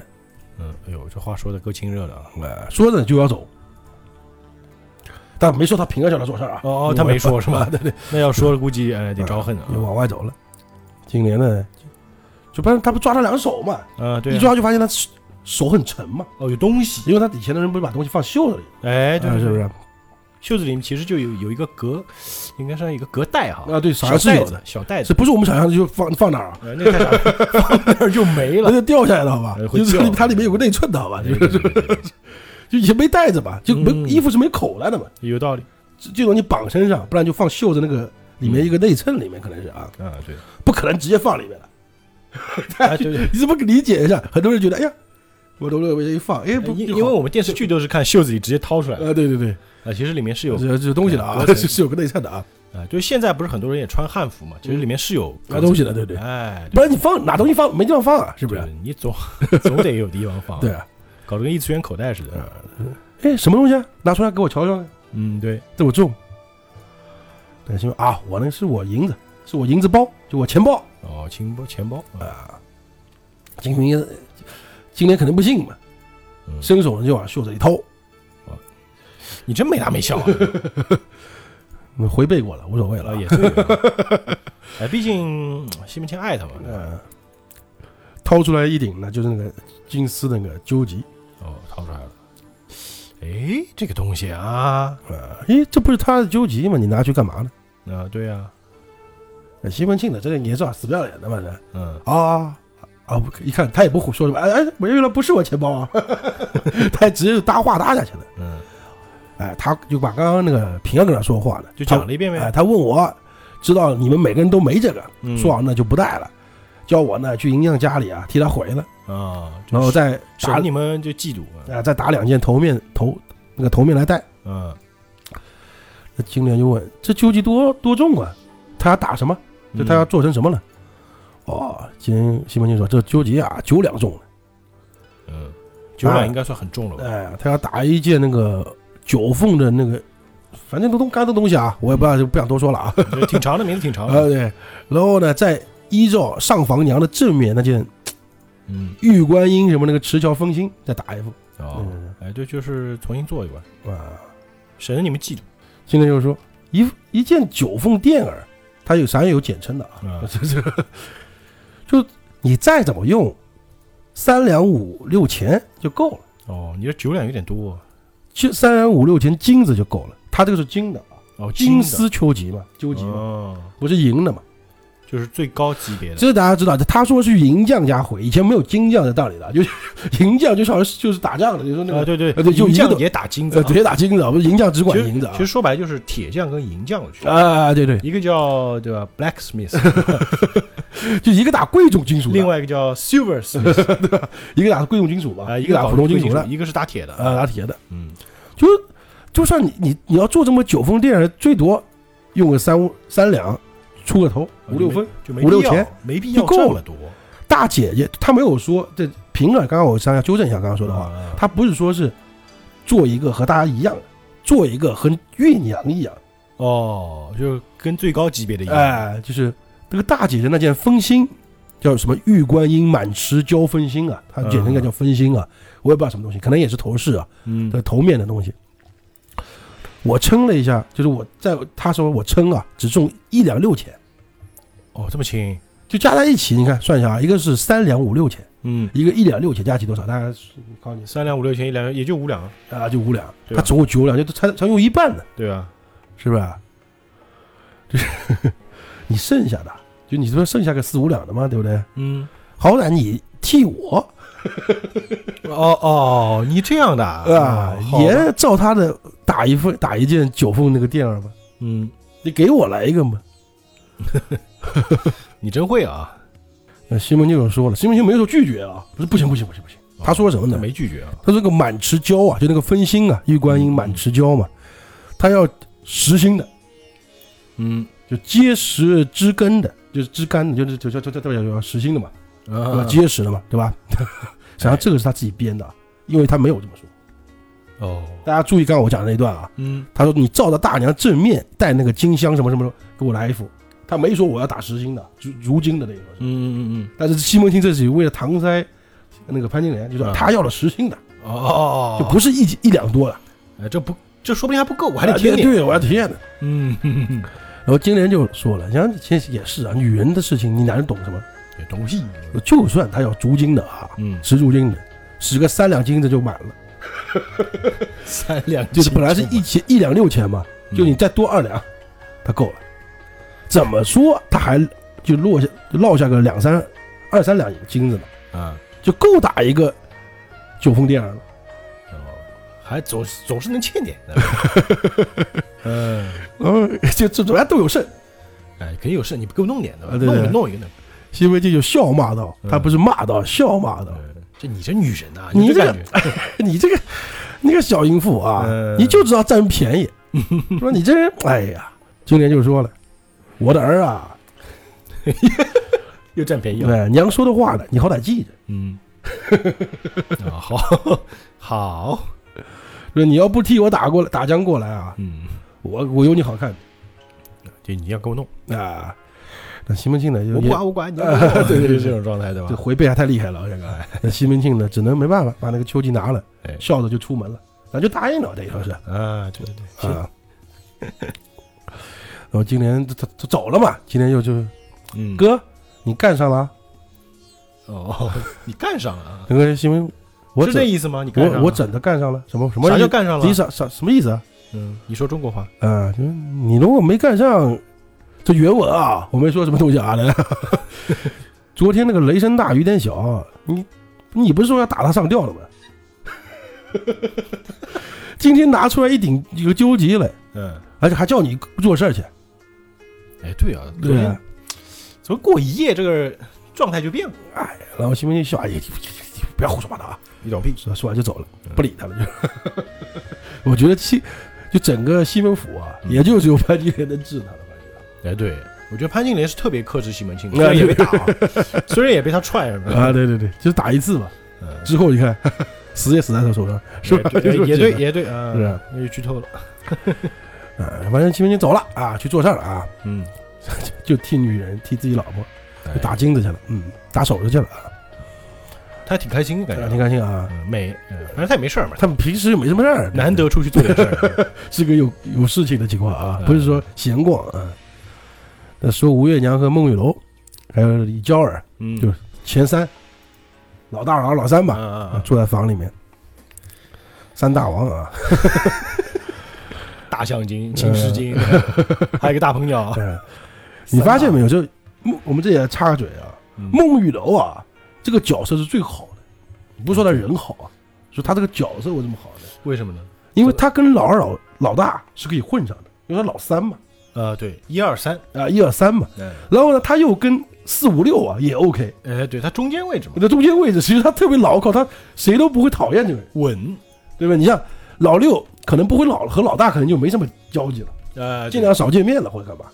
A: 嗯，哎呦，这话说的够亲热的啊。
B: 呃，说着就要走，但没说他凭啥叫他做事儿 啊？
A: 哦哦，他没说是吧？
B: 对对。
A: 那要说了，估计哎得招恨啊。
B: 就往外走了。金莲呢，就不然他不抓他两手嘛，
A: 啊，对
B: 一
A: 呀，
B: 抓就发现他手手很沉嘛，
A: 哦，有东西。
B: 因为他以前的人不是把东西放袖子里，
A: 哎，对，
B: 啊
A: 对
B: 是不？是？
A: 对袖子里面其实就有有一个隔，应该算一个隔带哈。
B: 啊，对，
A: 小
B: 好像是
A: 袋
B: 有
A: 子
B: 的，
A: 小袋
B: 是
A: 子，
B: 不是我们想象的就放放哪儿啊？
A: 呃那个太傻了，放那儿就没 了。
B: 那就掉下来了，好吧
A: 哎？会
B: 就是
A: 掉
B: 它里面有个内衬的，好吧？就
A: 对
B: 是
A: 对对对对
B: 就以前没带着吧，就没
A: 嗯
B: 衣服是没口袋的嘛，
A: 有道理。
B: 就就容易绑身上，不然就放袖子那个里
A: 嗯
B: 面一个内衬里面可能是啊，
A: 啊，对，
B: 不可能直接放里面的。
A: 哎对对。
B: 你怎么理解一下？很多人觉得，哎呀，我都我一放，哎，不，
A: 因
B: 就
A: 因
B: 好
A: 为我们电视剧都是看袖子里直接掏出来的，
B: 啊，对对对，
A: 啊，其实里面是有，
B: 这这东西的啊，
A: 对
B: 这 是有个内衬的啊，
A: 啊，就是现在不是很多人也穿汉服嘛，其实里面是有
B: 拿嗯东西的，对对。
A: 哎，
B: 不然你放哪东西放没地方放啊，是不
A: 对
B: 是？
A: 你总总得有地方放，
B: 对，啊，
A: 搞得跟异次元口袋似的。
B: 哎，什么东西啊？拿出来给我瞧瞧看，
A: 嗯，对，
B: 这我中。对，行啊，我那是我银子，是我银子包，就我钱包。
A: 哦，钱包钱包
B: 嗯
A: 啊，
B: 金云今天肯定不信嘛，
A: 嗯
B: 伸手就往袖子里掏。
A: 你真没大没 小啊，
B: 那回背过了，无所谓了
A: 啊。也对啊。 哎，毕竟嗯西门庆爱他嘛。对吧
B: 嗯，掏出来一顶呢，就是那个金丝那个纠结。
A: 哦，掏出来了。哎，这个东西啊，
B: 啊，咦，这不是他的纠结吗？你拿去干嘛呢？
A: 啊，对呀、
B: 哎西门庆的，这你也知道，死不要脸的嘛，这
A: 嗯，
B: 啊啊！不一看他也不胡说什么，哎哎，我原来不是我钱包啊， 他还直接就搭话搭下去了。
A: 嗯，
B: 哎，他就把刚刚那个平儿跟他说话呢，
A: 就
B: 他
A: 讲了一遍
B: 哎，
A: 呗。
B: 他问我，知道你们每个人都没这个，
A: 嗯
B: 说啊好那就不带了，叫我呢去银匠家里啊替他回了，
A: 啊，
B: 然后再
A: 省
B: 打
A: 得你们就嫉妒啊。
B: 啊再打两件头面头那个头面来戴。
A: 嗯
B: 那金莲就问：“这究竟多多重啊？他要打什么？
A: 嗯，
B: 就他要做成什么了？”哦，金西门庆说：“这究竟啊，九两重了。
A: 嗯，九两应该算很重了吧？
B: 哎，他要打一件那个九凤的那个，反正都东干的东西啊，我也不知道，就不想多说了啊。
A: 这挺长的名字，挺长
B: 啊，
A: 的。
B: 对，然后呢，再依照上房娘的正面那件
A: 嗯，
B: 玉观音什么那个持桥风心再打一副。
A: 哦，
B: 嗯，
A: 哎，对，就是重新做一把，
B: 啊，
A: 省得你们嫉妒。
B: 金莲就说：“一一件九凤垫儿，它有啥有简称的
A: 啊，
B: 啊？ 这这，就你再怎么用，三两五六钱就够了，
A: 哦，你这九两有点多。
B: 就三两五六钱金子就够了。它这个是金的啊，
A: 哦，
B: 金
A: 的
B: 丝秋吉嘛，纠结嘛，
A: 哦，
B: 不是银的嘛。
A: 就是最高级别的。
B: 这大家知道，他说是银匠家回，以前没有金匠的道理的，就是 银匠就是好像就是打仗的，你说那
A: 啊，
B: 个
A: 对对
B: 啊对就
A: 银
B: 一
A: 匠
B: 个
A: 也打金子
B: 呃
A: 啊。
B: 直接打金子啊，不是银匠只管
A: 其实
B: 银子啊
A: 其实。说白了就是铁匠跟银匠的区别，
B: 啊，对对，
A: 一个叫对吧 blacksmith，
B: 就一个打贵重金属的，
A: 另外一个叫 silversmith，
B: 一个打贵重金属吧，
A: 啊，一
B: 个
A: 个
B: 打
A: 搞
B: 普通金
A: 贵
B: 属的，
A: 一个是打铁的。
B: 啊，打铁的。
A: 嗯，
B: 就是就算你你你要做这么九峰电人，最多用个三五三两，出个头五六分。
A: 就没
B: 五六
A: 必要
B: 钱，
A: 没必要
B: 就够
A: 这
B: 了
A: 么多。
B: 大姐姐她没有说这平儿，刚刚我想要纠正一下刚刚说的话，
A: 啊
B: 她不是说是做一个和大家一样的，做一个和运娘一样，
A: 哦，就是跟最高级别的一样。
B: 哎，就是这个大姐姐那件分心。叫什么玉观音满池交分心啊？它简称应该叫分心啊，我也不知道什么东西，可能也是头饰啊，
A: 嗯
B: 的头面的东西。我称了一下，就是我在他说我称啊，只中一两六钱，
A: 哦，这么轻，
B: 就加在一起，你看算一下啊，一个是三两五六钱，
A: 嗯，
B: 一个一两六钱加起多少？大概是考你
A: 三两五六钱一两，也就五两，
B: 啊，就五两，
A: 对吧
B: 他总共九两，就才才用一半呢，
A: 对吧？
B: 是不是 啊？就是你剩下的，就你说剩下个四五两的嘛，对不对？
A: 嗯，
B: 好歹你替我
A: 哦哦，你这样的嗯
B: 啊，
A: 好吧
B: 也照他的打一份打一件九凤那个店儿吧，
A: 嗯，
B: 你给我来一个嘛。
A: 你真会啊！
B: 那西门庆就说了，西门庆没有说拒绝啊，不是不行不行不行不行，他说什么
A: 他
B: 呢？
A: 没拒绝啊。
B: 他说个满池蛟啊，就那个分心啊，玉观音满池蛟嘛，他要实心的，
A: 嗯
B: 就结实枝根的，就是枝干的，就是就就就就就要实心的嘛，要
A: 啊，
B: 结实的嘛，对吧？ 实际上这个是他自己编的，啊，因为他没有这么说。
A: 哦，
B: 大家注意刚刚我讲的那一段啊，
A: 嗯，
B: 他说你照着大娘正面带那个金香什么什么，给我来一副，他没说我要打实心的，如如今的那个。
A: 嗯嗯嗯
B: 但是西门庆这是为了搪塞那个潘金莲，就说
A: 嗯
B: 他要了实心的，
A: 嗯，哦，
B: 就不是一一两多了，
A: 哎，这不，这说不定还不够，我还得
B: 啊
A: 添
B: 对
A: 点。
B: 对，我要体验的。
A: 嗯，
B: 然后金莲就说了，像其实也是啊，女人的事情你哪能懂什么？
A: 也懂屁。
B: 就算他要足金的啊，
A: 嗯，
B: 十足金的，使个三两金子就满了，
A: 三两
B: 就是本来是一钱一两六钱嘛，就你再多二两，他够了。怎么说他还就落下就落下个两三二三两金子呢，
A: 啊，
B: 就够打一个九凤店了。
A: 哦，还总是总是能欠点。 嗯，
B: 嗯， 就这主要都有剩。
A: 哎，可以有事，你给我弄点的吧，
B: 啊对
A: 弄一
B: 对
A: 个弄一个呢。
B: 西门庆就笑骂道：“
A: 嗯
B: 他不是骂道，笑骂道，
A: 嗯这你这女人呐，
B: 你
A: 这
B: 这个
A: 感觉，
B: 你这个，你个小淫妇啊，
A: 嗯
B: 你就知道占人 便宜。说你这人，哎呀，金莲就说了，我的儿啊，
A: 又占便宜了。
B: 对娘说的话呢，你好歹记着。
A: 嗯，啊，好好，
B: 说你要不替我打过来打将过来啊，
A: 嗯，
B: 我我有你好看
A: 就你要给我弄，
B: 啊。那西门庆呢，就
A: 我不啊
B: 也
A: 管我管你要给我弄，
B: 对对对
A: 就是这种状态 对
B: 这
A: 吧？
B: 回避还太厉害了，这 个。那西门庆呢，只能没办法把那个秋瑾拿了
A: 哎，
B: 笑着就出门了，咱就答应了，等于说是
A: 啊，对对对，行，
B: 啊。 然后金莲他他走了嘛，金莲又就
A: 嗯，
B: 哥，你干上了啊？
A: 哦，你干上了啊？
B: 那个西门，我
A: 是这
B: 整
A: 意思吗？你干上
B: 我
A: 了
B: 我整的干上了，什么什么
A: 啥
B: 意
A: 叫
B: 思？
A: 干上了
B: 你？啥啥什么意思啊？
A: 嗯，你说中国话，
B: 啊，就是你如果没干上，这原文啊，我没说什么东西啊的。 昨天那个雷声大雨点小，你你不是说要打他上吊了吗？ 今天拿出来一顶一个纠集来，
A: 嗯，
B: 而且还叫你做事儿去，
A: 哎，对啊，昨
B: 对
A: 天
B: 啊。
A: 昨天过一夜，这个状态就变了，
B: 然后西门庆笑，哎，你你不要胡说八道啊！
A: 你懂屁？
B: 说说完就走了，不理他了。就 我觉得西就整个西门府啊，
A: 嗯
B: 也就只有潘金莲能治他了吧。
A: 哎，对，我觉得潘金莲是特别克制西门庆，
B: 哎
A: 虽然也被打啊， 虽然也被他踹什么
B: 啊，
A: 的，
B: 对对对，就是打一次嘛。
A: 嗯
B: 之后你看， 死也死在他手上，是吧？
A: 也对，也对，也对
B: 是
A: 啊
B: 啊，
A: 那就剧透了，
B: 啊，反正西门庆走了啊，去做事儿了啊，
A: 嗯，
B: 就替女人替自己老婆
A: 哎
B: 就打金子去了，嗯，打手子去了啊，
A: 他挺开心的感
B: 挺
A: 觉，
B: 开心啊。
A: 嗯，没，嗯反正他也没事儿嘛，
B: 他们平时又没什么事儿，
A: 难得出去做点事 儿，
B: 是个有有事情的情况啊，
A: 嗯
B: 不是说闲逛啊。那说吴月娘和孟玉楼，还有李娇儿
A: 嗯，
B: 就前三，老大王老三吧，
A: 啊，
B: 坐在房里面，三大王啊，
A: 大象精、青狮精，还有一个大鹏鸟，
B: 嗯，呃 你发现没有？就孟，我们这也插个嘴啊，
A: 嗯
B: 孟玉楼啊，这个角色是最好的，不是说他人好啊，说他这个角色为什么好呢？
A: 为什么呢？
B: 因为他跟老二老老大是可以混上的，因为他老三嘛，
A: 呃，对，一二三，
B: 啊、一二三嘛，
A: 嗯，
B: 然后呢，他又跟四五六啊也 OK，
A: 哎，对，他中间位置嘛，
B: 那中间位置其实他特别牢靠，他谁都不会讨厌这个人，
A: 稳，
B: 对不对？你像老六可能不会老和老大可能就没什么交集了，
A: 呃，
B: 尽量少见面了或者干嘛，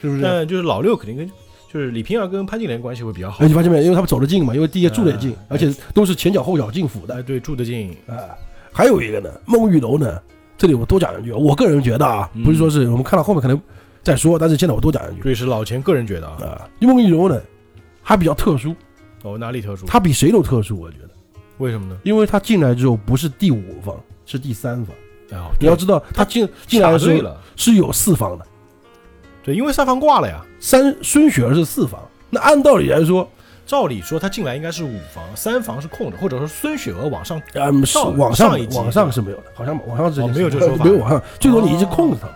B: 是不是？
A: 但就是老六肯定跟就是李瓶儿跟潘金莲关系会比较好
B: 哎，，你发现没有？因为他们走得近嘛，因为地下住得也近，
A: 哎
B: 而且都是前脚后脚进府的
A: 哎，对，住得近，
B: 啊。还有一个呢，孟玉楼呢，这里我多讲两句。我个人觉得啊，
A: 嗯
B: 不是说是我们看到后面可能再说，但是现在我多讲两句
A: 这也是老钱个人觉得啊，
B: 啊。孟玉楼呢，他比较特殊，
A: 哦，哪里特殊？
B: 他比谁都特殊，我觉得，
A: 为什么呢？
B: 因为他进来之后不是第五方，是第三方。
A: 哦，
B: 你要知道，他进进来
A: 卡
B: 的时
A: 对
B: 候
A: 了，
B: 是有四方的，
A: 对，因为三房挂了呀。
B: 三孙雪儿是四方。那按道理来说，
A: 照理说他进来应该是五房，三房是空着，或者说孙雪娥往上。
B: 嗯，是
A: 上
B: 往
A: 上一
B: 上
A: 集
B: 往上是没有的，好像往上是
A: 哦没有这个说法
B: 没有往上，最多你一直控制他。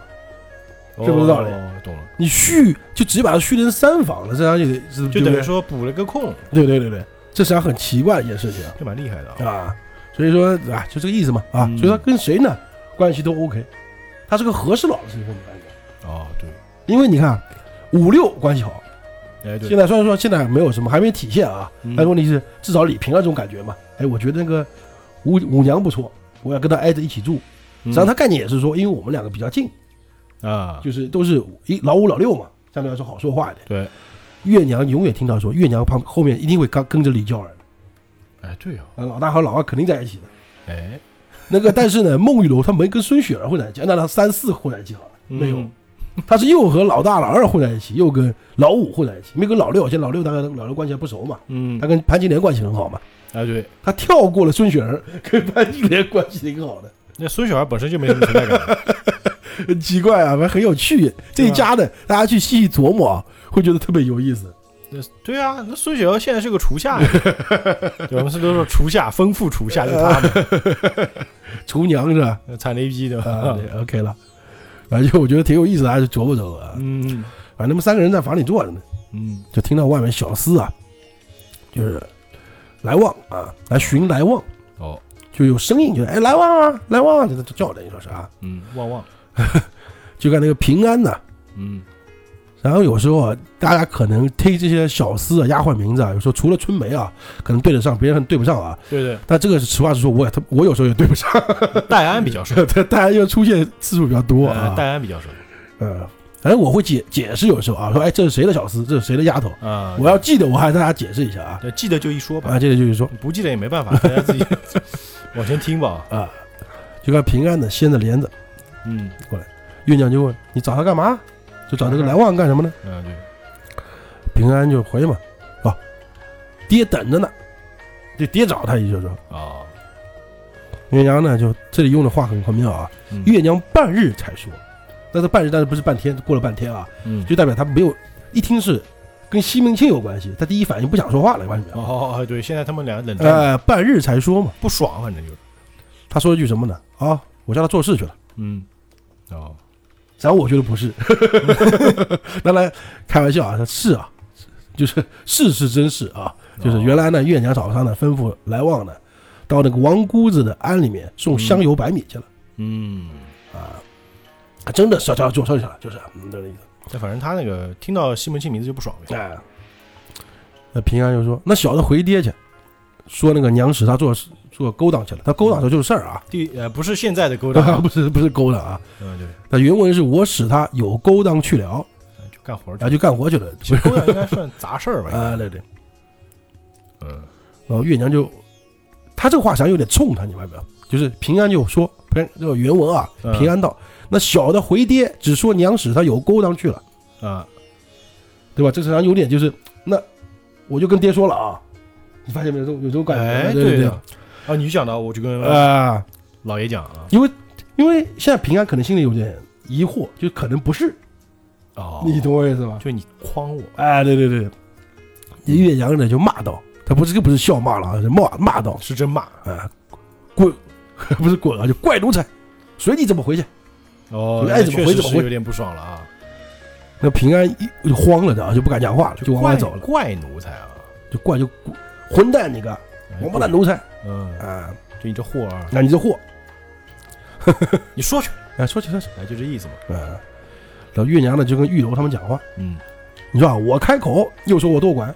A: 哦
B: 是不是道理
A: 懂了，
B: 你续就直接把它续成三房了，这样就得是
A: 就等于
B: 说，
A: 说补了个空，
B: 对对对对，这实际上很奇怪的一件事情啊
A: 这蛮厉害的啊。
B: 啊，所以说啊，就这个意思嘛啊，
A: 嗯
B: 所以他跟谁呢关系都 OK，他是个和事佬的身份感觉，
A: 哦，对，
B: 因为你看五六关系好，
A: 哎
B: 现
A: 对，
B: 在虽然说现在没有什么还没体现啊，
A: 嗯
B: 但问题是至少李平那种感觉嘛，哎，我觉得那个五五娘不错，我要跟她挨着一起住，
A: 嗯
B: 实际上他概念也是说，因为我们两个比较近，
A: 他啊，
B: 就是都是一老五老六嘛，相对来说好说话一点。
A: 对，
B: 月娘永远听到说，月娘旁后面一定会跟跟着李娇儿的，
A: 哎对哦，
B: 啊，老大和老二肯定在一起的。
A: 哎
B: 那个，但是呢，孟玉楼他没跟孙雪儿混在一起，按照他三四混在一起好了，没有
A: 嗯，
B: 他是又和老大老二混在一起，又跟老五混在一起，没跟老六。现在老六大概老六关系还不熟嘛，
A: 嗯
B: 他，跟潘金莲关系很好嘛，
A: 哎对，
B: 他跳过了孙雪儿，跟潘金莲关系挺好的，
A: 那孙雪儿本身就没什么存在感，
B: 很奇怪啊，反正很有趣。这一家呢，大家去细细琢磨啊，会觉得特别有意思。
A: 那对啊，那孙雪儿现在是个厨下呀，对，我们是都说厨下，丰富厨下就是他 们，
B: 厨娘是吧？
A: 那惨了一逼对
B: 啊
A: 吧？
B: 对，OK 了。反正就我觉得挺有意思的，还是琢磨琢磨啊。
A: 嗯
B: 反正他们三个人在房里坐着呢，
A: 嗯，
B: 就听到外面小厮啊，就是来旺啊，来寻来旺，
A: 哦，
B: 就有声音，就哎来旺啊，来旺啊，就就叫的，你说是啊，
A: 嗯，旺旺，
B: 就看那个平安呐、
A: 嗯
B: 然后有时候啊，大家可能听这些小厮啊、丫鬟名字啊，有时候除了春梅啊，可能对得上，别人对不上啊。
A: 对对，
B: 但这个是实话实说，我也他我有时候也对不上，
A: 戴安比较熟，
B: 大家又出现次数比较多
A: 呃
B: 啊。
A: 戴安比较熟，
B: 呃，反正我会解解释，有时候啊，说哎，这是谁的小厮，这是谁的丫头，
A: 啊，
B: 我要记得，我还跟大家解释一下啊。
A: 要记得就一说吧，
B: 啊，接着就是说
A: 不记得也没办法，大家自己 往前听吧。
B: 啊，就看平安的掀着帘子，
A: 嗯
B: 院长就问你找他干嘛？就找这个蓝旺干什么呢？
A: 嗯，对，
B: 平安就回嘛，啊，爹等着呢，就爹找他，也就是说，
A: 啊，
B: 岳娘呢就这里用的话很很妙啊，
A: 嗯
B: 岳娘半日才说，但是半日但是不是半天，过了半天啊，
A: 嗯，
B: 就代表他没有一听是跟西门庆有关系，他第一反应不想说话了，关系没有？
A: 哦哦哦，对，现在他们俩冷战了，
B: 呃，半日才说嘛，
A: 不爽，反正就是，
B: 他说一句什么呢？啊，我叫他做事去了。
A: 嗯，哦，
B: 然后我觉得不是， 当然开玩笑啊，他是啊，就是是是真是啊，就是原来呢，岳娘早上呢吩咐来旺呢，到那个王姑子的庵里面送香油白米去了、
A: 嗯，
B: 啊，啊真的是要做事去了，就是嗯这个意思。
A: 但反正他那个听到西门庆名字就不爽呗，
B: 哎，那平安就说，那小的回爹去，说那个娘使他做事做勾当去了，他勾当的时候就是事儿啊，
A: 第呃不是现在的勾 当，
B: 不是不是勾当啊，
A: 嗯对，
B: 那原文是我使他有勾当去了，
A: 呃就干活儿
B: 然后就干活去了，
A: 其实 勾当应该算杂事 儿吧，应该
B: 啊对对。
A: 嗯
B: 然后月娘就，他这个话实际上有点冲他，你明白没有？就是平安就说，平这个原文啊，
A: 嗯
B: 平安道，那小的回爹只说娘使他有勾当去了，
A: 啊，
B: 对吧？这实际上有点就是，那我就跟爹说了啊，你发现没有？这种有这种感觉，
A: 哎
B: 对
A: 对
B: 对
A: 的，啊你讲到我就跟
B: 啊、
A: 老爷讲啊，
B: 因为因为现在平安可能心里有点疑惑，就可能不是，
A: 哦，
B: 你懂我意思吧？
A: 就你诓我，
B: 哎，对对对，这岳阳呢就骂道，他不是这个不是笑骂了啊，是骂骂道，
A: 是真骂，
B: 啊，滚， 不是滚啊，就怪奴才，随你怎么回去。
A: 哦，
B: 爱怎么
A: 那
B: 回
A: 确实
B: 怎么
A: 是
B: 回
A: 有点不爽了啊，
B: 那平安一就慌了的啊，就不敢讲话了，就往外
A: 怪
B: 走了，
A: 怪奴才啊，
B: 就怪就混蛋你个
A: 哎
B: 王八蛋，奴才
A: 嗯，
B: 啊！
A: 就你这货啊，
B: 那你这货，
A: 你说去，
B: 哎，说起说起
A: 哎就这意思嘛，
B: 啊，然后月娘呢就跟玉楼他们讲话，
A: 嗯，
B: 你说啊，我开口又说我多管，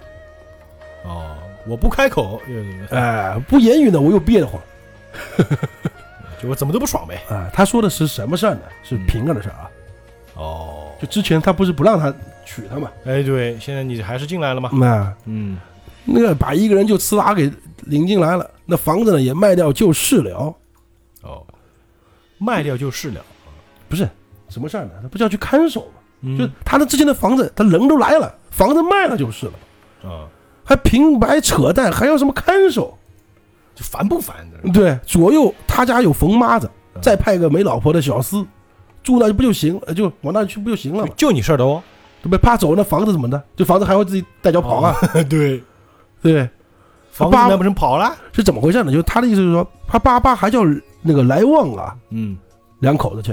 A: 哦，我不开口，又
B: 哎，不言语呢我又憋得慌，
A: 就我怎么都不爽呗，
B: 啊，他说的是什么事儿呢？是平儿的事儿啊，
A: 哦，
B: 就之前他不是不让他娶她嘛，
A: 哎对，现在你还是进来了吗？
B: 那
A: 嗯，
B: 那个把一个人就呲啦给领进来了，那房子呢也卖掉就是了，
A: 哦，卖掉就是了，
B: 不是什么事儿呢？他不是要去看守吗？
A: 嗯
B: 就他那之前的房子，他人都来了，房子卖了就是了，
A: 啊，
B: 还平白扯淡，还要什么看守？
A: 就烦不烦的？
B: 对，左右他家有冯妈子，
A: 嗯
B: 再派个没老婆的小厮，住那不就行？呃就往那去不就行了嘛？
A: 就你事儿哦多，
B: 对不对？怕走那房子怎么的？这房子还会自己带脚跑啊？
A: 哦 对，
B: 对不对，
A: 房子
B: 爸爸
A: 难不成跑了？
B: 是怎么回事呢？就是他的意思是说，他爸爸还叫那个来旺啊
A: 嗯，
B: 两口子去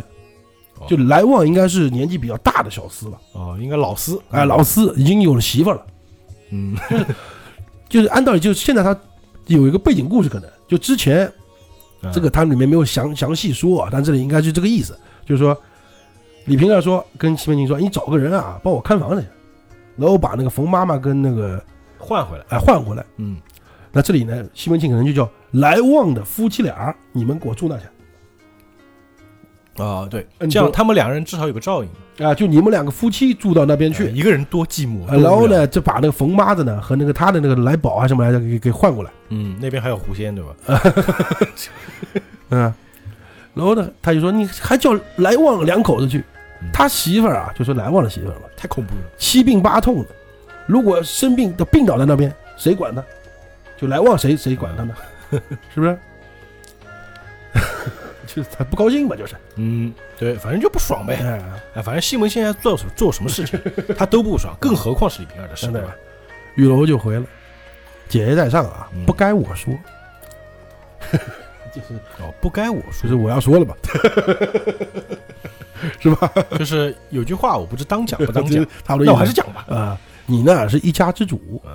A: 哦，
B: 就来旺应该是年纪比较大的小厮了，
A: 哦，应该老四，
B: 哎，老四已经有了媳妇儿了。
A: 嗯，
B: 就是按道理，就是现在他有一个背景故事，可能就之前嗯
A: 啊
B: 这个它里面没有详详细说啊，但这里应该是这个意思，就是说李平儿啊说跟西门庆说，你找个人啊，帮我看房子去，然后把那个冯妈妈跟那个
A: 换回来，
B: 哎换回来。
A: 嗯，
B: 那这里呢，西门庆可能就叫来旺的夫妻俩儿，你们给我住那去
A: 啊，对，
B: 嗯
A: 这样
B: 就
A: 他们两人至少有个照应，
B: 啊，就你们两个夫妻住到那边
A: 哎
B: 去。
A: 一个人多寂寞。
B: 啊然后
A: 多无聊？
B: 呢，就把那个冯妈子呢和那个他的那个来宝啊什么来着给给换过来。
A: 嗯，那边还有狐仙对吧？
B: 嗯，然后呢，他就说你还叫来旺两口子去
A: 嗯，
B: 他媳妇儿啊，就说来旺的媳妇儿嘛，
A: 太恐怖了，
B: 七病八痛的，如果生病的病倒在那边，谁管他？就来旺谁谁管他 呢？是不是？就是他不高兴吧，就是。
A: 嗯，对，反正就不爽呗。
B: 哎，
A: 哎，反正西门现在做什做什么事情，他都不爽，更何况是李瓶儿的事，
B: 真
A: 对
B: 的
A: 吧？。
B: 玉楼就回了，姐姐在上啊
A: 嗯，
B: 不该我 说，
A: 就是哦，不该我
B: 就
A: 说，
B: 是我要说了 吧，是吧？
A: 就是有句话我不知当讲不当讲
B: 就，差不多意思。
A: 那我还是讲吧。
B: 啊，你呢是一家之主，
A: 嗯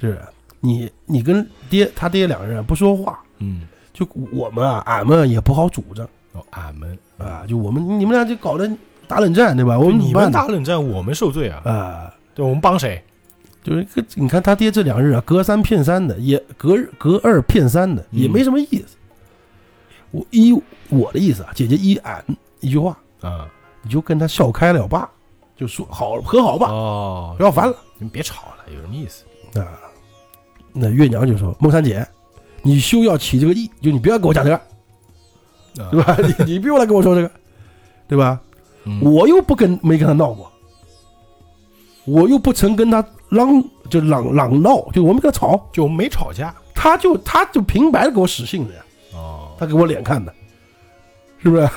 B: 是你你跟爹他爹两个人不说话，
A: 嗯，
B: 就我们啊，俺们也不好主张
A: 哦，俺们，
B: 啊，就我们你们俩就搞得打冷战对吧？我
A: 就
B: 们
A: 你
B: 怎么
A: 们
B: 办呢
A: 打冷战，我们受罪啊。
B: 啊，
A: 对，我们帮谁？
B: 就是个你看他爹这两日啊，隔三骗三的，也隔隔二骗三的，也
A: 嗯
B: 没什么意思。我依我的意思啊，姐姐依俺一句话，
A: 啊，
B: 你就跟他笑开了吧，就说好和好吧，
A: 哦
B: 不，要烦了。
A: 你们别吵了，有什么意思？
B: 那月娘就说：“孟三姐，你休要起这个意，就你不要跟我讲这个，
A: 啊
B: 对吧？你你不用来跟我说这个，对吧？
A: 嗯
B: 我又不跟没跟他闹过，我又不曾跟他嚷就嚷嚷闹，就我没跟他吵，
A: 就没吵架。
B: 他就他就平白的给我使性子呀，
A: 哦，
B: 他给我脸看的，是不是？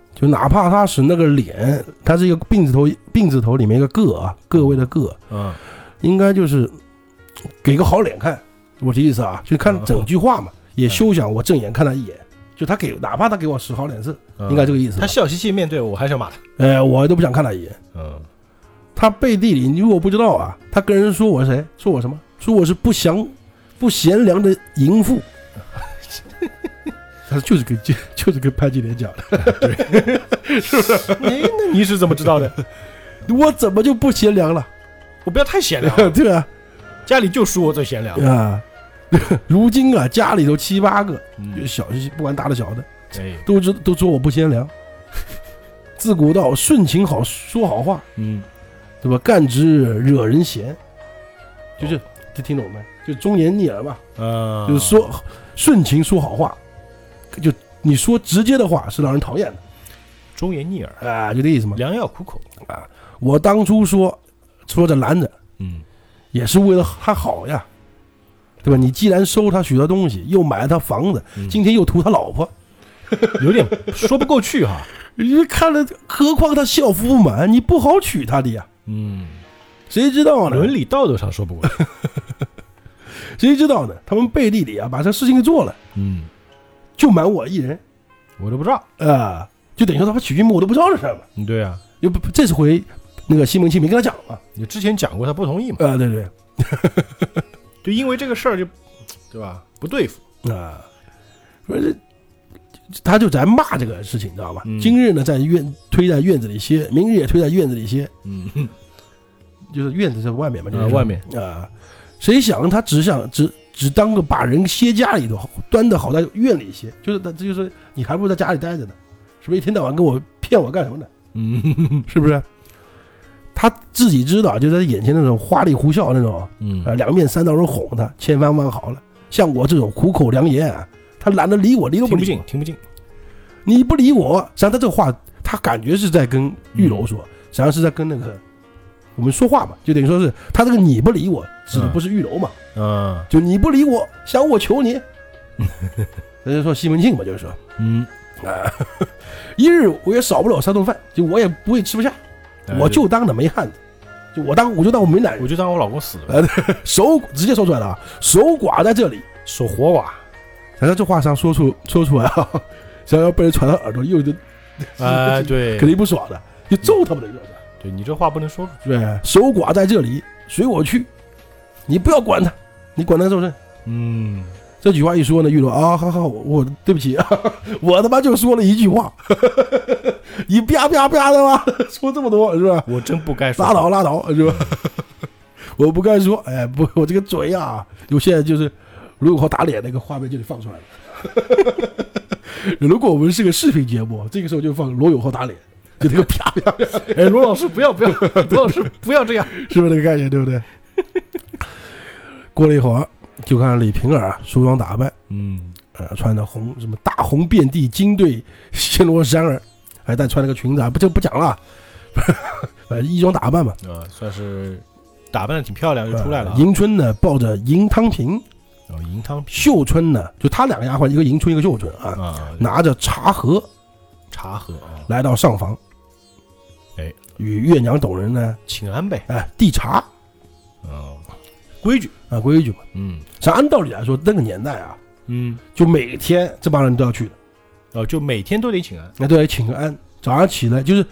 B: 就哪怕他使那个脸，他是一个病字头病字头里面一个个啊，个位的个，
A: 嗯，
B: 应该就是给个好脸看，我的意思啊，就看整句话嘛，也休想我正眼看他一眼，就他给哪怕他给我使好脸色，应该这个意思吧
A: 嗯他。笑嘻嘻面对我，我还想骂他。
B: 哎，我都不想看他一眼。
A: 嗯，
B: 他背地里，你如果不知道啊，他跟人说我是谁，说我什么，说我是不祥、不贤良的淫妇。他就是跟就就是跟潘金莲讲的，
A: 哎，那你是怎么知道的？
B: 我怎么就不贤良了？
A: 我不要太贤 良了，
B: 对啊，
A: 家里就属我最贤良。
B: 啊， 如今啊，家里头七八个，
A: 嗯，
B: 小不管大的小的，
A: 哎，
B: 都知都说我不贤良。 自古道顺情好，说好话，
A: 嗯，
B: 对吧？干之惹人嫌，就是这听懂没？就忠言逆耳嘛，
A: 哦啊，
B: 就是说顺情说好话，就你说直接的话是让人讨厌
A: 忠言逆耳，
B: 的啊，就这意思嘛。
A: 良药苦口。
B: 我当初说说这男的
A: 嗯，
B: 也是为了他好呀，对吧？你既然收他许多东西，又买了他房子，
A: 嗯
B: 今天又图他老婆，
A: 有点说不过去哈。
B: 你看了，何况他校服不满，你不好娶她的呀。
A: 嗯，
B: 谁知道呢？
A: 伦理道德上说不过去。
B: 谁知道呢？他们背地里啊，把这事情给做了，
A: 嗯，
B: 就瞒我一人
A: 我都不知道。
B: 啊、就等于说他们取经目我都不知道是什么。
A: 嗯，对啊，
B: 又不这次回那个西门庆没跟他讲嘛？
A: 你之前讲过他不同意嘛，
B: 啊、对对啊、
A: 就因为这个事儿就，对吧？不对付。
B: 啊说这他就在骂这个事情，你知道吧？
A: 嗯
B: 今日呢，在院推在院子里歇，明日也推在院子里歇，
A: 嗯，
B: 就是院子在外面嘛，就是、
A: 啊外面
B: 啊、谁想他只想只只当个把人歇家里头，端的好在院里歇，就是他这就是你还不如在家里待着呢，是不是一天到晚跟我骗我干什么呢？
A: 嗯
B: 是不是？他自己知道，就在眼前那种花里胡笑那种，
A: 嗯
B: 呃，两面三刀人哄他，千番万好了。像我这种苦口良言啊，他懒得理我，理都
A: 听
B: 不
A: 不
B: 理
A: 进
B: 我，。
A: 听不进。
B: 你不理我，实际上他这话，他感觉是在跟玉楼
A: 嗯
B: 说，实际上是在跟那个我们说话嘛，就等于说是他这个你不理我，指
A: 嗯
B: 的不是玉楼嘛，
A: 啊，
B: 就你不理我，想我 求你。人家说西门庆嘛，就是说，
A: 嗯，
B: 啊，一日我也少不了三顿饭，就我也不会吃不下，
A: 哎
B: 嗯我就当着没汉子，就我当我就当我没男人，
A: 我就当我老公死了，
B: 呃守直接说出来了啊，守寡在这里。
A: 守活 寡。
B: 咱这话上说出说出来啊， 想要被人传到耳朵，又就
A: 哎，对
B: 肯，定不爽的，就揍他们的热的。
A: 对你这话不能说出去。
B: 对，守寡在这里，随我去，你不要管他，你管他受罪。
A: 嗯，
B: 这句话一说呢，玉龙啊，好好，我我对不起 啊，我他妈就说了一句话， 你啪啪啪的吗？ 说这么多是吧？
A: 我真不该说。
B: 拉倒拉倒， 是吧？我不该说，哎，不，我这个嘴啊，有现在就是卢广浩打脸那个画面就得放出来了。 如果我们是个视频节目，这个时候就放罗永浩打脸，就那个啪啪啪，
A: 哎，罗老师不要不要，罗老师不要这 样。
B: 是不是那个概念，对不对？过了一会儿，就看李瓶儿啊，梳妆打扮，
A: 嗯
B: 呃，穿的红什么大红遍地金队暹罗衫儿，哎，但穿了个裙子啊，不就不讲了啊， 反正衣装打扮嘛。呃
A: 啊，算是打扮的挺漂亮，就出来了啊。
B: 迎春呢抱着银汤瓶，
A: 哦，银汤瓶
B: 秀春呢，就她两个丫鬟，一个迎春，一个秀春啊，
A: 啊，
B: 拿着茶盒
A: 茶喝啊，
B: 来到上房，
A: 哎，
B: 与月娘等人呢，
A: 请安呗。
B: 哎，递茶
A: 啊，规矩。
B: 啊，规矩嘛。
A: 嗯
B: 这按道理来说，那个年代啊，
A: 嗯，
B: 就每天这帮人都要去的，
A: 哦，就每天都得请安。
B: 那都得请个安。早上起来就是，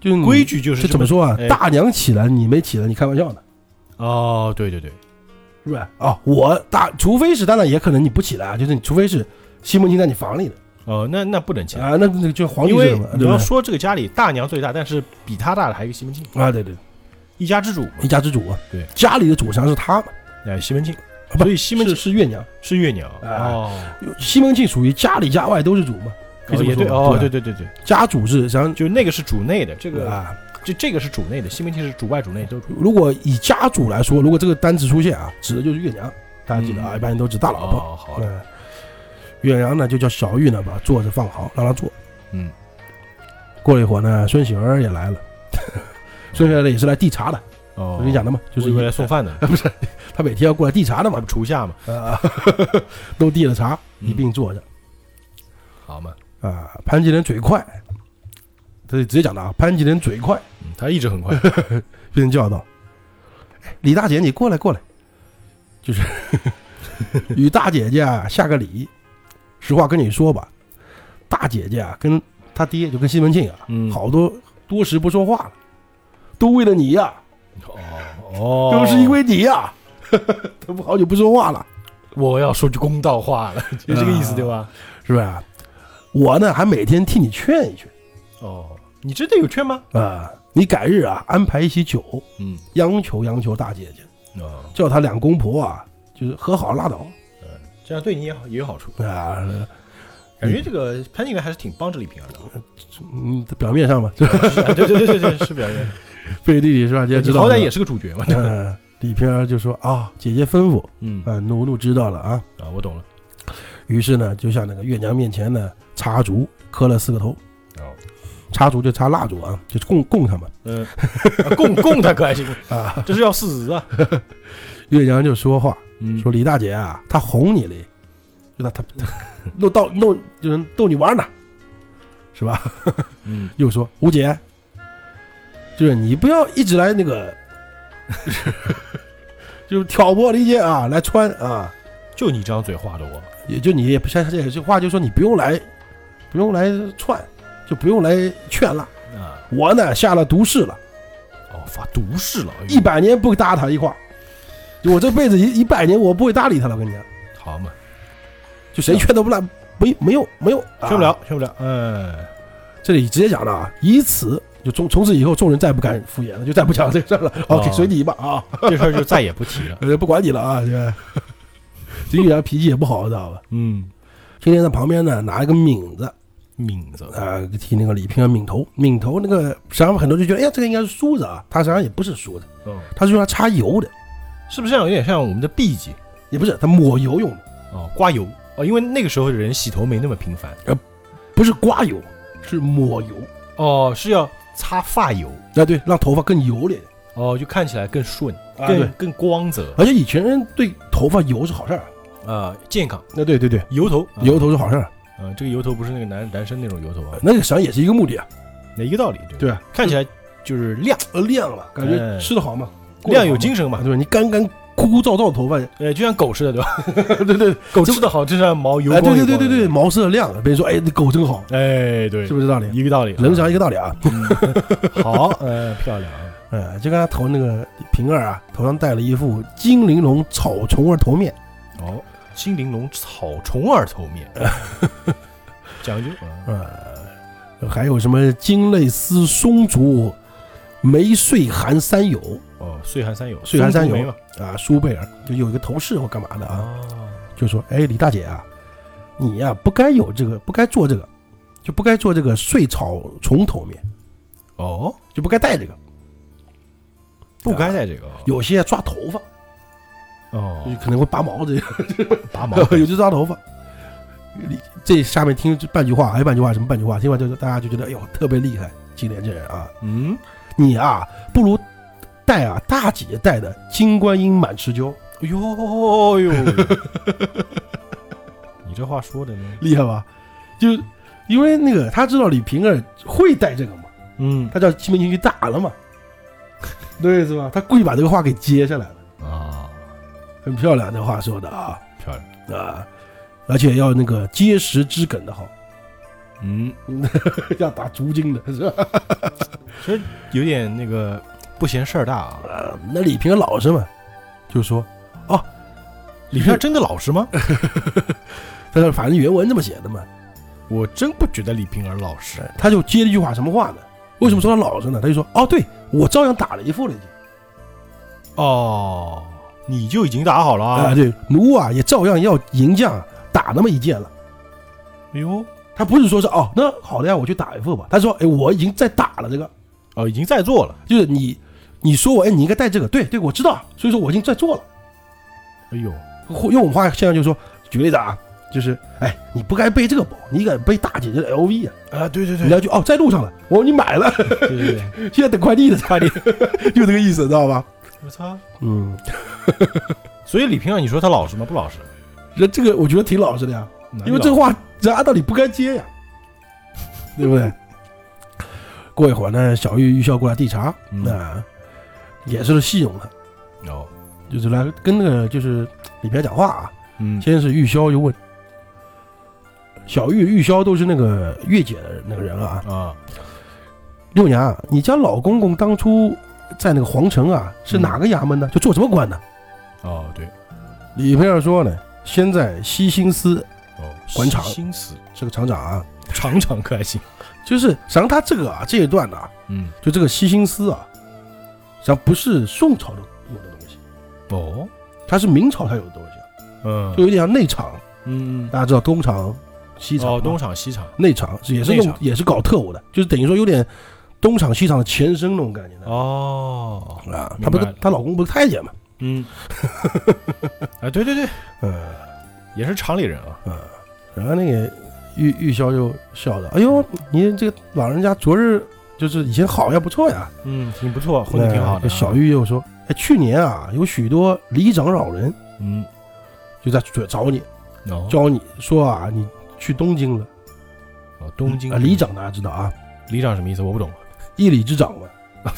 B: 就是你
A: 规，矩就是
B: 嗯这怎么
A: 说？
B: 说啊？
A: 哎
B: 大娘起来，你没起来，你开玩笑呢，
A: 哦，对对对，
B: 是不是？
A: 嗯
B: 啊，我大，除非是当然也可能你不起来啊，就是你除非是西门庆在你房里的
A: 哦，那那不能请安。
B: 啊，那那就皇帝
A: 因为
B: 是吧
A: 你
B: 对
A: 要
B: 不对
A: 说这个家里大娘最大，但是比她大的还有一个西门庆，
B: 啊，对对，
A: 一家之主嘛。
B: 一家之主啊，
A: 对，
B: 家里的主实际上是他嘛，
A: 哎，西门庆，
B: 啊不
A: 所以西门
B: 是
A: 庆
B: 是月娘。
A: 是月娘
B: 啊
A: 哦，
B: 西门庆属于家里家外都是主嘛，可以这么
A: 也
B: 说
A: 对
B: 吧
A: 哦，
B: 对
A: 对对对对，嗯
B: 家主是想
A: 就是那个是主内的，这个
B: 啊，
A: 这这个是主内的，西门庆是主外主内都主。
B: 如果以家主来说，如果这个单词出现啊，指的就是月娘，大家记得啊，
A: 嗯
B: 一般人都指大老婆。
A: 哦，好的，
B: 嗯，月娘呢就叫小玉呢，把坐着放好，让她坐。
A: 嗯，
B: 过了一会儿呢，孙喜儿也来了，孙喜儿呢也是来递茶的，
A: 哦，
B: 我跟你讲的嘛，就是
A: 我以为来送
B: 饭，
A: 饭的，
B: 他每天要过来递茶的
A: 那
B: 嘛
A: 不，厨下嘛，
B: 啊， 都递了茶，
A: 嗯
B: 一并坐着。
A: 好嘛，
B: 啊，潘金莲嘴快，他就直接讲的啊，潘金莲嘴快，
A: 嗯他一直 很快，
B: 被人叫到，哎李大姐你过来过来，就是 与大姐姐啊下个礼，实话跟你说吧，大姐姐啊跟她爹就跟西门庆啊，
A: 嗯，
B: 好多多时不说话了，都为了你呀、
A: 哦哦，
B: 都是因为你呀、 他们好久不说话了，
A: 我要说句公道话 了，就这个意思
B: 啊
A: 对吧？
B: 是不是啊？我呢还每天替你劝一劝
A: 哦，你真的有券吗？
B: 啊，你改日啊安排一起酒，
A: 嗯，
B: 央求央求大姐姐。
A: 哦，
B: 叫他两公婆啊，就是和好拉倒
A: 这样对你也好也有好处，
B: 啊，
A: 感觉这个潘金莲还是挺帮着李瓶 儿的啊，
B: 嗯，表面 上吧，这
A: 是啊对对对对对，是表演，
B: 背地里是吧？姐姐知
A: 你
B: 道，
A: 好歹 也是个主角嘛，对吧
B: 嗯，李瓶儿就说啊，姐姐吩咐
A: 嗯
B: 啊，奴奴知道了啊。
A: 啊，我懂了，
B: 于是呢，就向那个月娘面前呢插烛，磕了四个头。
A: 哦，
B: 插烛就插蜡烛啊，就是供供他嘛
A: 嗯，啊供供他可还行，
B: 啊。
A: 这是要四 十啊，
B: 月娘就说话
A: 嗯
B: 说：“李大姐啊，她哄你嘞，就她她她弄到弄就是逗你玩呢，是吧？”
A: 嗯，
B: 又说吴姐，就是你不要一直来那个， 就是挑拨离间啊，来穿啊，
A: 就你这张嘴画的我，
B: 也就你也不像像有句话就说你不用来，不用来串，就不用来劝了。
A: 啊，
B: 我呢下了毒誓了，
A: 哦，发毒誓了，哎呦
B: 一百年不搭他一块儿，就我这辈子一一百年我不会搭理他了，我跟你讲，
A: 好嘛，
B: 就谁劝都不来，没没用没用，啊
A: 劝不了，劝不了，哎，
B: 这里直接讲了啊，以此就从从此以后众人再不敢敷衍了，就再不讲这个事儿了。
A: 哦
B: OK，随你吧啊。
A: 这事儿就再也不提了，
B: 呃，不管你了啊，这个 这玉良脾气也不好，知道吧？
A: 嗯，
B: 天天在旁边呢拿一个抿子
A: 抿着，
B: 啊，替那个李瓶儿抿头，抿头那个实际上很多人就觉得，哎呀，这个应该是梳子啊，它实际上也不是梳子，
A: 嗯，
B: 它是用来擦油的，
A: 是不是像有点像我们的毕节？
B: 也不是它抹油用的，
A: 哦，刮油哦，因为那个时候的人洗头没那么频繁，
B: 不是刮油，是抹油。
A: 哦，是要擦发油，
B: 啊，对，让头发更油亮，
A: 哦，就看起来更顺，
B: 啊
A: 更、
B: 对
A: 更光泽，
B: 而且以前人对头发油是好事儿，
A: 啊，健康，
B: 那对对对，
A: 油头，啊
B: 油，头是好事儿，
A: 啊，这个油头不是那个男男生那种油头啊，
B: 那个实际上也是一个目的啊，
A: 那一个道理，对吧，
B: 对啊，
A: 看起来就是亮
B: 呃亮了，感
A: 哎
B: 觉吃得好嘛，过得
A: 亮有
B: 好嘛
A: 精神
B: 啊，
A: 嘛，
B: 对吧？你干干枯枯燥燥的头发，
A: 呃，就像狗似的，对吧？
B: 对对
A: 狗吃的好，身上毛油
B: 哎，
A: 光
B: 对
A: 油
B: 对对
A: 光
B: 对
A: 的
B: 对，，毛色亮，别人说哎，那狗真好，
A: 哎，对
B: 是，不是这道理？
A: 一个道理，
B: 人
A: 啊
B: 上一个道理啊。
A: 嗯好，呃，漂亮啊，
B: 哎，就刚才头那个平儿啊，头上戴了一副金玲珑草虫儿头面，
A: 哦，金玲珑草虫儿头 面， 讲究，啊
B: 呃，还有什么金类丝松竹梅穗含三友
A: 哦，岁寒三友，
B: 岁寒三友
A: 松竹梅嘛，
B: 啊，舒贝尔就有一个头饰或干嘛的啊，
A: 哦，
B: 就说哎，李大姐啊，你呀、不该有这个，不该做这个，就不该做这个穗草虫头面，
A: 哦，
B: 就不该戴这个。
A: 不该戴这个哦
B: 啊有些抓头发，就
A: 哦，
B: 可能会拔毛这个。
A: 拔毛
B: 有就抓头发。你这下面听这半句话，还有哎半句话，什么半句话？听完之后，大家就觉得，哎呦，特别厉害，金莲这人啊，
A: 嗯，
B: 你啊，不如戴啊大姐姐戴的金观音满池哎鸠，
A: 哟哟，你这话说的呢？
B: 厉害吧？就因为那个他知道李瓶儿会戴这个嘛，
A: 嗯
B: 他叫西门庆去打了嘛，对是吧？他故意把这个话给接下来了，
A: 啊，
B: 很漂亮这话说的啊
A: 漂亮，
B: 啊，而且要那个结实知梗的好，
A: 嗯，
B: 要打足筋的是吧？
A: 其实有点那个不嫌事儿大啊。
B: 呃，那李平老实嘛，就说哦，
A: 李 平儿真的老实吗？
B: 他说反正原文这么写的嘛，
A: 我真不觉得李瓶儿老实。
B: 他就接了一句话，什么话呢？为什么说他老实呢？他就说哦，对我照样打了一副了已经
A: 哦，你就已经打好了
B: 啊、
A: 啊？
B: 对，奴啊也照样要银匠打那么一箭了。
A: 哎呦，
B: 他不是说是哦，那好的呀，我去打一副吧。他说，哎，我已经在打了这个，
A: 哦，已经在做了，
B: 就是你，你说我，哎，你应该带这个，对对，我知道，所以说我已经在做了。
A: 哎呦，
B: 或用我们话现在就说，举个例子啊，就是，哎，你不该背这个包，你该背大姐姐的 LV 啊。
A: 啊，对对
B: 人，家就哦，在路上了，我说你买了，
A: 对对对，
B: 现在等快递呢，
A: 快 递，
B: 就这个意思，知道吧？
A: 我操！
B: 嗯，
A: 所以李平啊，你说他老实吗？不老实，
B: 人这个我觉得挺老实的呀，因为这话人按道理不该接 呀，对不对？过一会儿呢，小玉玉校过来递茶，
A: 嗯
B: 那、也是戏弄他，
A: 哦，
B: 就是来跟那个就是李平讲话啊。
A: 嗯，
B: 先是玉箫就问小玉，玉箫都是那个月姐的那个人了啊。
A: 啊，
B: 六娘，啊你家老公公当初在那个皇城啊，是哪个衙门呢？就做什么官呢？
A: 哦，对，
B: 李平儿说呢，先在西兴司
A: 哦，
B: 官场
A: 心思
B: 这个厂长啊，
A: 场场可还行，
B: 就是实际上他这个啊这一段呢、啊，
A: 嗯，
B: 就这个西兴司啊，实际上不是宋朝的有的东西，
A: 哦，
B: 它是明朝才有的东西啊，
A: 嗯，
B: 就有点像内厂。
A: 嗯，
B: 大家知道东厂、西厂嘛、
A: 哦，东厂西厂，
B: 内厂是也是
A: 内
B: 弄
A: 厂
B: 也是搞特务的，就是等于说有点东厂西厂的前身那种概念的。
A: 哦，
B: 啊，
A: 明
B: 她不是
A: 白了
B: 她老公不是太监嘛？
A: 嗯，啊，对对对，
B: 嗯，
A: 也是厂里人啊，
B: 然后那个玉玉箫就笑了，哎呦，你这个老人家昨日就是以前好呀，不错呀，
A: 嗯，挺不错，混的挺好的
B: 那
A: 啊，
B: 小玉又说，哎，去年啊，有许多里长老人
A: 嗯，
B: 就在找找你，
A: 哦，
B: 教你说啊，你去东京了。
A: 哦东京
B: 啊，里，长大家知道啊，
A: 里长什么意思？我不懂。
B: 一里之长嘛，
A: 哎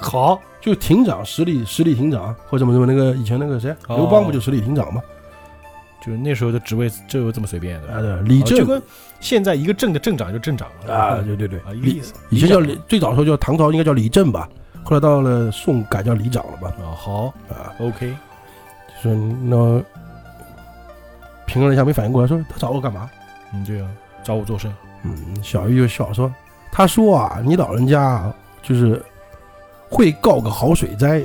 A: 好，
B: 就亭长，十里十里亭长或者什么什么那个以前那个谁，
A: 哦
B: 刘邦不就十里亭长嘛？
A: 就是那时候的职位就有这么随便的
B: 啊，对，里
A: 哦就
B: 正
A: 跟现在一个镇的镇长就镇长了
B: 啊，对对对，
A: 啊，一个
B: 里
A: 意思。
B: 以前叫
A: 里
B: 里，最早的时候叫唐朝应该叫里正吧，后来到了宋改叫里长了吧？
A: 长啊，好
B: 啊，
A: ，OK，
B: 说那评论了一下，没反应过来，说他找我干嘛？
A: 嗯，对啊，找我作甚？
B: 嗯，小玉就笑说，他说啊，你老人家啊就是会告个好水灾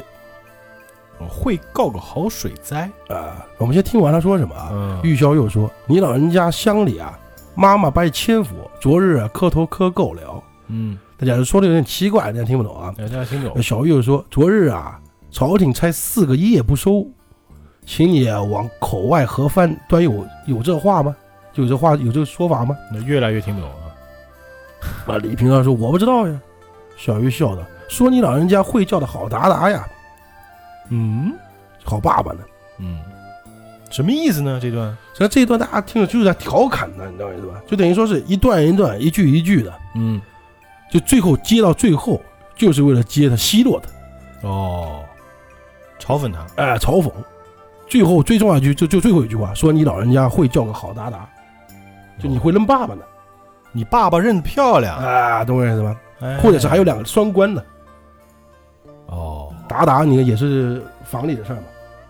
A: 哦会告个好水灾
B: 啊。我们先听完他说什么啊。
A: 啊
B: 玉箫又说，你老人家乡里啊，妈妈拜千佛，昨日啊磕头磕够了。
A: 嗯，
B: 大家说的有点奇怪，大家听不懂啊。
A: 哎，大家听懂
B: 那小玉又说，昨日啊，朝廷差四个夜不收，请你啊往口外河翻，端有有这话吗？有这话有这个说法吗？
A: 那越来越听不懂啊。
B: 啊，李平儿说：“我不知道呀。”小玉笑道：“说你老人家会叫的好达达呀，
A: 嗯
B: 好爸爸呢。
A: 嗯，什么意思呢？这段？”
B: 实际上这一段大家听着就是在调侃的，你知道意思吧？就等于说是一段一段、一句一句的，
A: 嗯，
B: 就最后接到最后，就是为了接他奚落他，
A: 哦，嘲讽他。
B: 哎、嘲讽。最后最重要一句，就就最后一句话，说你老人家会叫个好达达，就你会扔爸爸呢，
A: 哦你爸爸认得漂亮，
B: 啊，懂我意思吧？
A: 哎
B: 或者是还有两个双关的，
A: 哦，
B: 达达，你看也是房里的事儿嘛，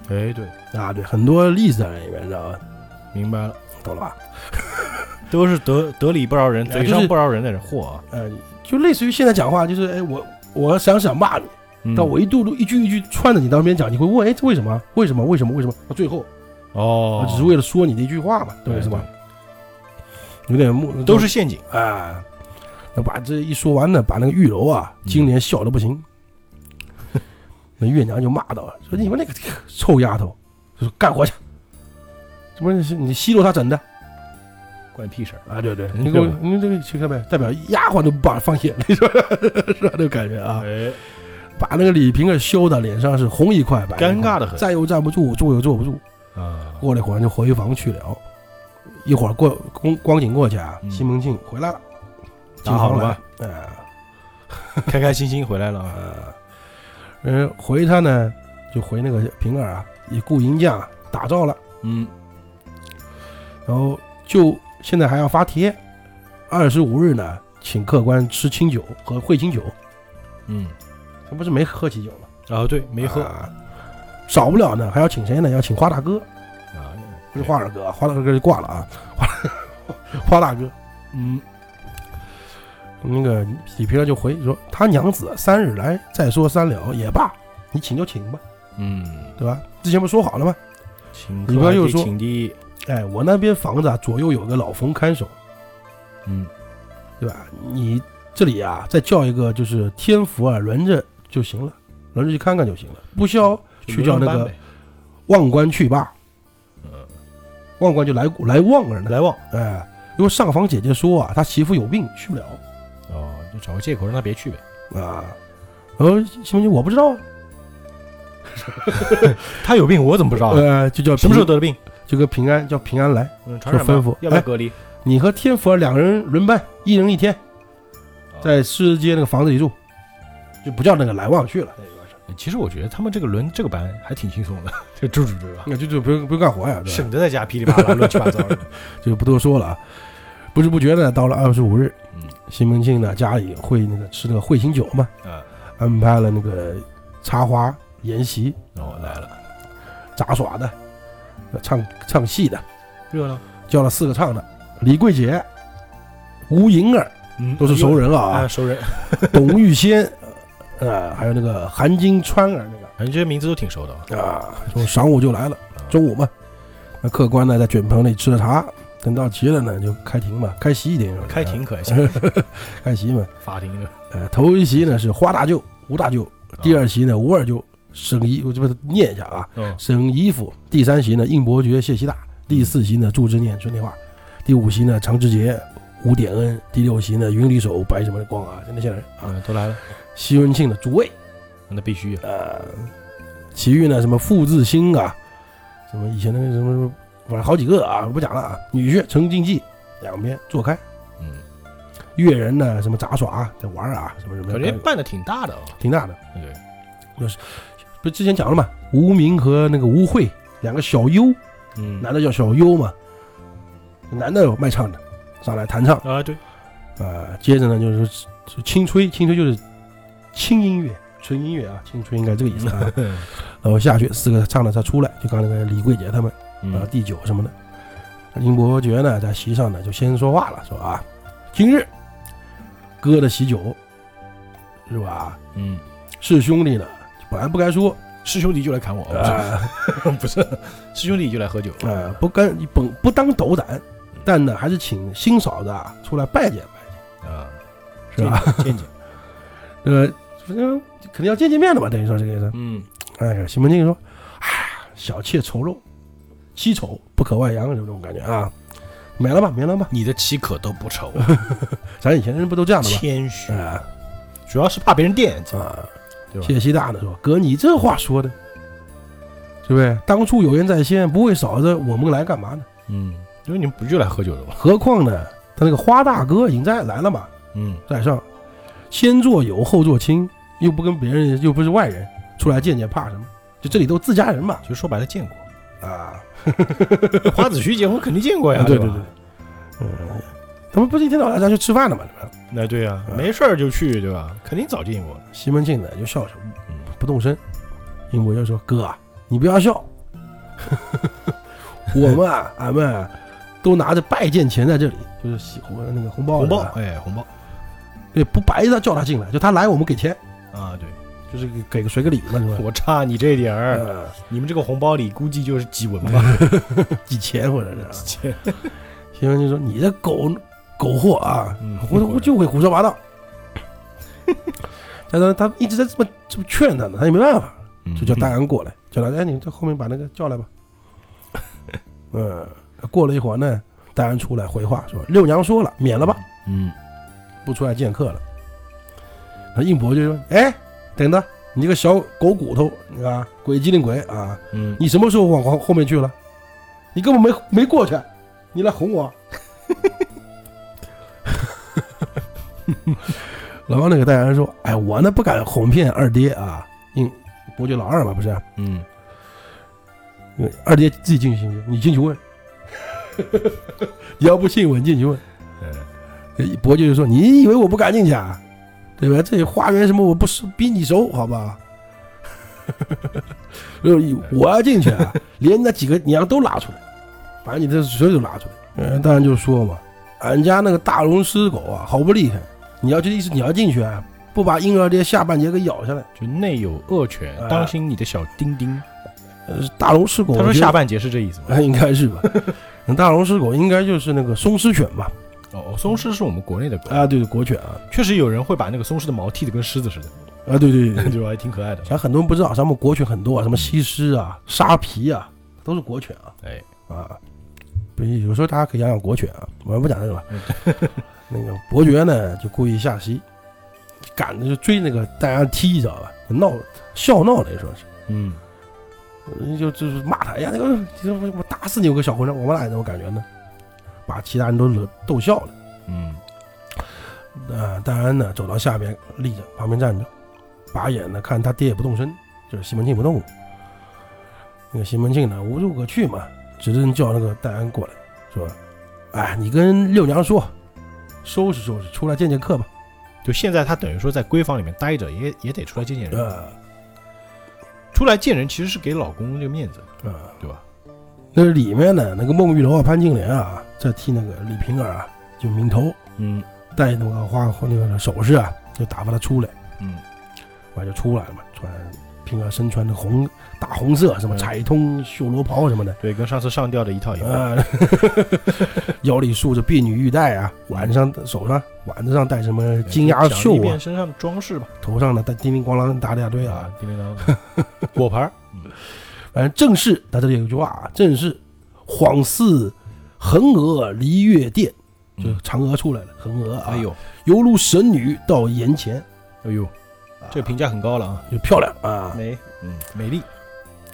A: 哎，对，
B: 啊，对，很多例子在里面，你知道吧？
A: 明白了，
B: 懂了吧？
A: 都是得得理不饶人，
B: 哎
A: 嘴
B: 就
A: 上
B: 是
A: 不饶人的人货啊。
B: 呃，就类似于现在讲话，就是哎，我我想想骂你，
A: 嗯
B: 但我一嘟嘟一句一句串着你当边讲，你会问哎，这为什么？为什么？为什么？为什么？到最后，
A: 哦
B: 我，只是为了说你的一句话嘛，懂我意思吧？有点木，
A: 都是陷阱。
B: 啊。那把这一说完呢，把那个玉楼啊，
A: 嗯
B: 金莲笑得 不行。那月娘就骂道：“说你们那个臭丫头，就是干活去，这不是你奚落她整的
A: 关你屁事儿！
B: 啊？对对，
A: 嗯
B: 你给我
A: 对吧，
B: 你这个去看呗，代表丫鬟都不把放眼里，是吧？ 是吧？这个感觉啊。
A: 哎，
B: 把那个李平儿羞的脸上是红一块白一块，
A: 尴尬得很
B: 站又站不住，坐又坐不住。
A: 啊，
B: 过了一会儿就回房去了。一会儿过光光景过去啊，
A: 嗯
B: 西门庆回来了，进
A: 打好
B: 房
A: 了
B: 来
A: 吗？开开心心回来了啊。
B: 呃，呃，回他呢就回那个平儿啊，以雇银匠啊打造了，
A: 嗯，
B: 然后就现在还要发帖，二十五日呢，请客官吃清酒和会清酒，
A: 嗯，
B: 他不是没喝喜酒吗？
A: 啊对，没喝
B: 啊少不了呢，还要请谁呢？要请花大哥。
A: 啊，
B: 不是花二哥，花大哥就挂了啊， 花花大哥。
A: 嗯，
B: 那个李平儿就回说，他娘子三日来，再说三了也罢，你请就请吧，
A: 嗯，
B: 对吧？之前不说好了吗？
A: 请
B: 里边
A: 客
B: 又
A: 还得
B: 说
A: 请的
B: 哎，我那边房子啊，左右有个老冯看守，
A: 嗯，
B: 对吧？你这里啊，再叫一个就是天福啊，轮着就行了，轮着去看看就行了，不需要去叫那个望官去罢。呃
A: 嗯，
B: 望官就来来望着呢，
A: 来旺
B: 哎，因为上房姐姐说啊，她媳妇有病去不了
A: 哦，就找个借口让他别去呗。
B: 啊。然后西门庆我不知道啊，
A: 他有病，我怎么不知道啊？
B: 呃，就叫
A: 什么时候
B: 平
A: 得的病？
B: 就跟平安叫平安来，
A: 嗯，传染
B: 吩
A: 吧
B: 咐
A: 要不
B: 哎
A: 要隔离？
B: 你和天福儿两个人轮班，一人一天，
A: 哦
B: 在世界那个房子里住，就不叫那个来旺去了，那主要是
A: 哎其实我觉得他们这个轮这个班还挺轻松的， 就住住住吧，
B: 那就就不用不用干活呀，对吧？
A: 省得在家噼里啪啦乱七八 糟的。
B: 就不多说了啊。不知不觉呢，到了二十五日，
A: 嗯
B: 西门庆呢家里会那个吃那个会心酒嘛，
A: 啊，
B: 安排了那个插花、筵席、
A: 然后哦来了，
B: 杂耍的、呃唱唱戏的，
A: 热闹，
B: 叫了四个唱的：李桂姐、吴莹儿，
A: 嗯，
B: 都是熟人了
A: 啊，
B: 啊，
A: 熟人，
B: 董玉仙，呃，还有那个韩金川儿那
A: 反正这些名字都挺熟的啊。
B: 个啊，从晌午就来了，
A: 啊
B: 中午嘛，那客官呢在卷棚里吃了茶，等到齐了呢就开庭嘛，开席一点，
A: 开庭 可还行，
B: 呃，开席嘛，
A: 法庭 的。
B: 呃，头一席呢是花大舅、吴大舅，第
A: 啊，
B: 二席呢吴二舅、沈姨，我这边念一下啊，
A: 嗯
B: 沈姨夫，第三席呢应伯爵谢希大，第四席呢祝之念孙天化，第五席呢常志杰、吴典恩，第六席呢云里手白什么光啊，就那些人啊，
A: 嗯，都来了，
B: 西门庆的诸位，
A: 那必须啊
B: 呃，其余呢什么傅志兴啊，什么以前那个什么什么，反正好几个啊，不讲了啊，女婿陈经济两边坐开，
A: 嗯，
B: 越人呢什么杂耍啊在玩啊，什么什么
A: 感
B: 的，
A: 觉办的挺大的啊。
B: 挺大的。
A: 对，
B: 不是之前讲了嘛，无名和那个吴慧两个小优，
A: 嗯
B: 男的叫小优嘛，男的有卖唱的，上来弹唱，
A: 啊，对，
B: 呃，接着呢就是就清吹，清吹就是轻音乐，纯音乐啊，清吹应该这个意思啊。然后下去四个唱的才出来，就刚才那个李桂姐他们啊，
A: 嗯
B: 第九什么的。林伯爵呢在席上呢就先说话了，说啊，今日哥的喜酒是吧？
A: 嗯，
B: 是兄弟呢，本来不该说，
A: 师兄弟就来砍我，
B: 啊、
A: 哦 不是，不是师兄弟就来喝酒。
B: 呃，不跟本不当斗胆，但呢，还是请新嫂子啊出来拜见拜见，
A: 啊，
B: 是吧？
A: 见 见，
B: 呃，反正肯定要见见面的嘛，等于说这个意思。
A: 嗯，
B: 哎，西门庆说：“哎，小妾丑陋，妻丑不可外扬，就这种感觉啊。免了吧，免了吧，
A: 你的妻可都不愁，啊
B: 咱以前人不都这样的吗？
A: 谦虚，
B: 啊
A: 主要是怕别人惦记，
B: 啊！
A: 对吧？
B: 谢希大呢说：哥，你这话说的，对不对？当初有缘在先，不为嫂子，我们来干嘛呢？
A: 嗯，因为你们不就来喝酒的吗？
B: 何况呢，他那个花大哥已经在来了嘛，
A: 嗯，
B: 在上，先做友后做亲，又不跟别人，又不是外人，出来见见怕什么？就这里都自家人嘛，
A: 其实说白了见过，
B: 啊，
A: 花子虚结婚肯定见过呀，
B: 对
A: 啊吧
B: 对对，，嗯，他们不是一天到晚在家去吃饭的嘛？对嗯吧
A: 那对啊，没事儿就去，对吧？肯定早见过了，
B: 西门庆呢就笑笑
A: 嗯，
B: 不动声，英国就说：“哥啊，你不要笑， 我们啊，俺们啊都拿着拜见钱在这里，就是喜红那个红包
A: 红包
B: 是，吧
A: 哎，红包
B: 对，不白的叫他进来，就他来我们给钱，
A: 啊，对，
B: 就是给给个随个礼嘛，是吧？”
A: 我差你这点儿，
B: 呃，
A: 你们这个红包里估计就是几文吧，
B: 几钱或者是啊
A: 几千
B: 西门庆说：“你这狗狗货啊，
A: 嗯
B: 胡胡就会胡说八 道。”但是他一直在这么这么劝他呢，他也没办法，
A: 嗯
B: 就叫戴安过来，叫他哎，你在后面把那个叫来吧。嗯，过了一会儿呢，戴安出来回话说：“六娘说了，免了吧，，
A: 嗯，
B: 不出来见客了。”那应伯就说：“哎，等等，你这个小狗骨头啊，鬼机灵鬼啊，
A: 嗯，
B: 你什么时候往后后面去了？你根本没没过去，你来哄我。 老王那个代言人说：“哎，我呢不敢哄骗二爹啊，因伯爵老二嘛，不是？
A: 嗯，
B: 因为二爹自己进去行不行？你进 去问。你要不信我，你进去问。
A: 嗯
B: 呃伯爵就说：你以为我不敢进去啊？对吧？这些花园什么我不熟，比你熟，好 吧？就是我要进去啊，连那几个你要都拉出来，把你的所有都拉出来。嗯，当然就说嘛，俺家那个大龙狮狗啊，好不厉害。你要这意思，你要进去啊，不把婴儿爹下半截给咬下来，
A: 就内有恶犬，
B: 哎
A: 当心你的小丁丁。
B: 呃，大龙狮狗。
A: 他说
B: 我觉得
A: 下半截是这意思吗？
B: 应该是吧。那大龙狮狗应该就是那个松狮犬吧？
A: 哦，松狮是我们国内的狗，
B: 啊，对对，国犬啊，
A: 确实有人会把那个松狮的毛剃得跟狮子似的，
B: 啊，对对对 对，
A: 对吧？还挺可爱的。
B: 咱很多人不知道，咱们国犬很多啊，什么西施啊、沙皮啊，都是国犬啊
A: 哎，
B: 啊。不是，有时候大家可以养养国犬啊，我们不讲这个了。那个伯爵呢，就故意下西，赶着就追那个戴安踢，你知道吧？闹笑闹那时候是。
A: 嗯，
B: 就就是骂他，哎呀，那个这我我打死你有个小混账，我们俩那种感觉呢，把其他人都惹逗笑了。
A: 嗯，
B: 呃，戴安呢走到下边立着，旁边站着，把眼呢看他爹也不动声，就是西门庆不动。那个西门庆呢无处可去嘛，只能叫那个戴安过来，说：“哎，你跟六娘说，收拾收拾，出来见见客吧。
A: 就现在他等于说在闺房里面待着，也也得出来见见”人。
B: 呃
A: 出来见人其实是给老公这个面子，
B: 呃，
A: 对吧？
B: 那里面呢，那个孟玉楼啊、潘金莲啊，在替那个李瓶儿啊，就抿头，
A: 嗯
B: 戴那个花那个首饰啊，就打发他出来，
A: 嗯，
B: 完就出来了嘛，穿平儿身穿的红大红色什
A: 嗯
B: 么
A: 哎
B: 彩通绣罗袍什么的，
A: 对，跟上次上吊的一套一样。
B: 啊， 腰里束着婢女玉带啊，腕上手上腕子上戴什么金牙
A: 哎讲一
B: 绣啊
A: 遍，身上的装饰吧，
B: 头上呢戴叮铃咣啷打俩堆啊，，
A: 叮叮当当， 果盘儿，
B: 反正正是他这里有句话啊，正是恍似横娥离月殿，就
A: 嗯
B: 嫦娥出来了，横娥啊，
A: 哎呦，
B: 犹如神女到岩前，
A: 哎呦，这评价很高了啊，
B: 就漂亮啊，
A: 美，嗯，美丽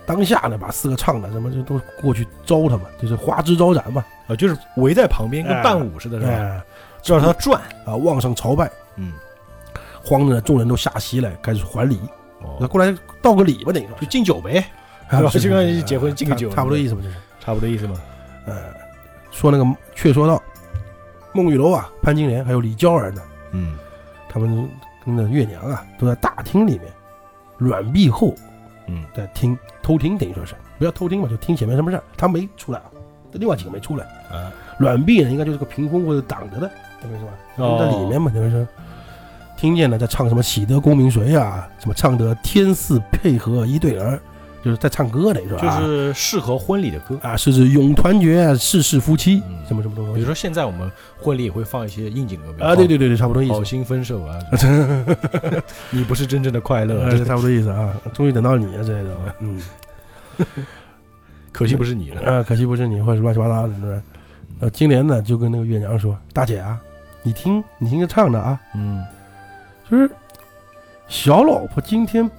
B: 当下呢，把四个唱的什么就都过去招他嘛，就是花枝招展嘛，
A: 啊，就是围在旁边跟伴舞似的，是吧？
B: 哎，
A: 绕着他转，
B: 啊，往上朝拜，
A: 嗯，
B: 慌着呢，众人都下席来，开始还礼，那
A: 哦，
B: 过来道个礼吧，等于说
A: 就，敬酒呗，
B: 啊
A: 对吧
B: 是
A: 就跟
B: 是
A: 结婚
B: 啊
A: 敬个
B: 差
A: 酒
B: 差不多意思吧，就是，
A: 差不多意思嘛。
B: 呃，说那个却说到孟玉楼啊、潘金莲还有李娇儿呢，
A: 嗯，
B: 他们跟着月娘啊，都在大厅里面软壁后，
A: 嗯，
B: 在听偷听，等于说是不要偷听嘛，就听前面什么事儿，他没出来啊，这另外几个没出来。
A: 啊，
B: 软壁呢，应该就是个屏风或者挡着的，懂我意思吧？
A: 哦
B: 在里面嘛，等于是听见了在唱什么《喜得功名谁》啊，什么唱得天似配合一对儿，就是在唱歌等于说
A: 就
B: 啊，
A: 是适合婚礼的歌。
B: 啊，是指永团结，世世夫妻，
A: 嗯
B: 什么什么东
A: 比如
B: 西
A: 说现在我们婚礼也会放一些应景歌，比如
B: 啊？对对对对，差不多意
A: 好，好
B: 思，
A: 心分手 啊，什么你不是真正的快乐，
B: 呃
A: 这
B: 差不多意思啊。终于等到你了之类的，嗯，
A: 可惜不是你了。
B: 啊，可惜不是你，或者乱七八糟的，是不是？呃，金莲呢就跟那个月娘说：“大姐啊，你听，你听着唱着啊，
A: 嗯，
B: 就是小老婆今天